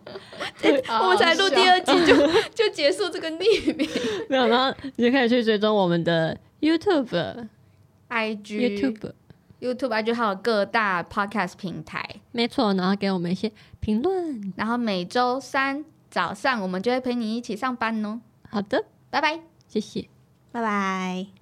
Speaker 2: 好
Speaker 3: <laughs> 我们才录第
Speaker 2: 笑
Speaker 3: 二集就就结束这个 <laughs> 匿名，
Speaker 1: 没有。然后你就可以去追踪我们的 YouTube、
Speaker 2: IG、
Speaker 1: YouTube，
Speaker 2: YouTube、IG 还有各大 Podcast 平台。
Speaker 1: 没错，然后给我们一些评论。
Speaker 2: 然后每周三早上我们就会陪你一起上班哦。
Speaker 1: 好的，
Speaker 2: 拜拜。
Speaker 1: 谢谢。
Speaker 3: 拜拜。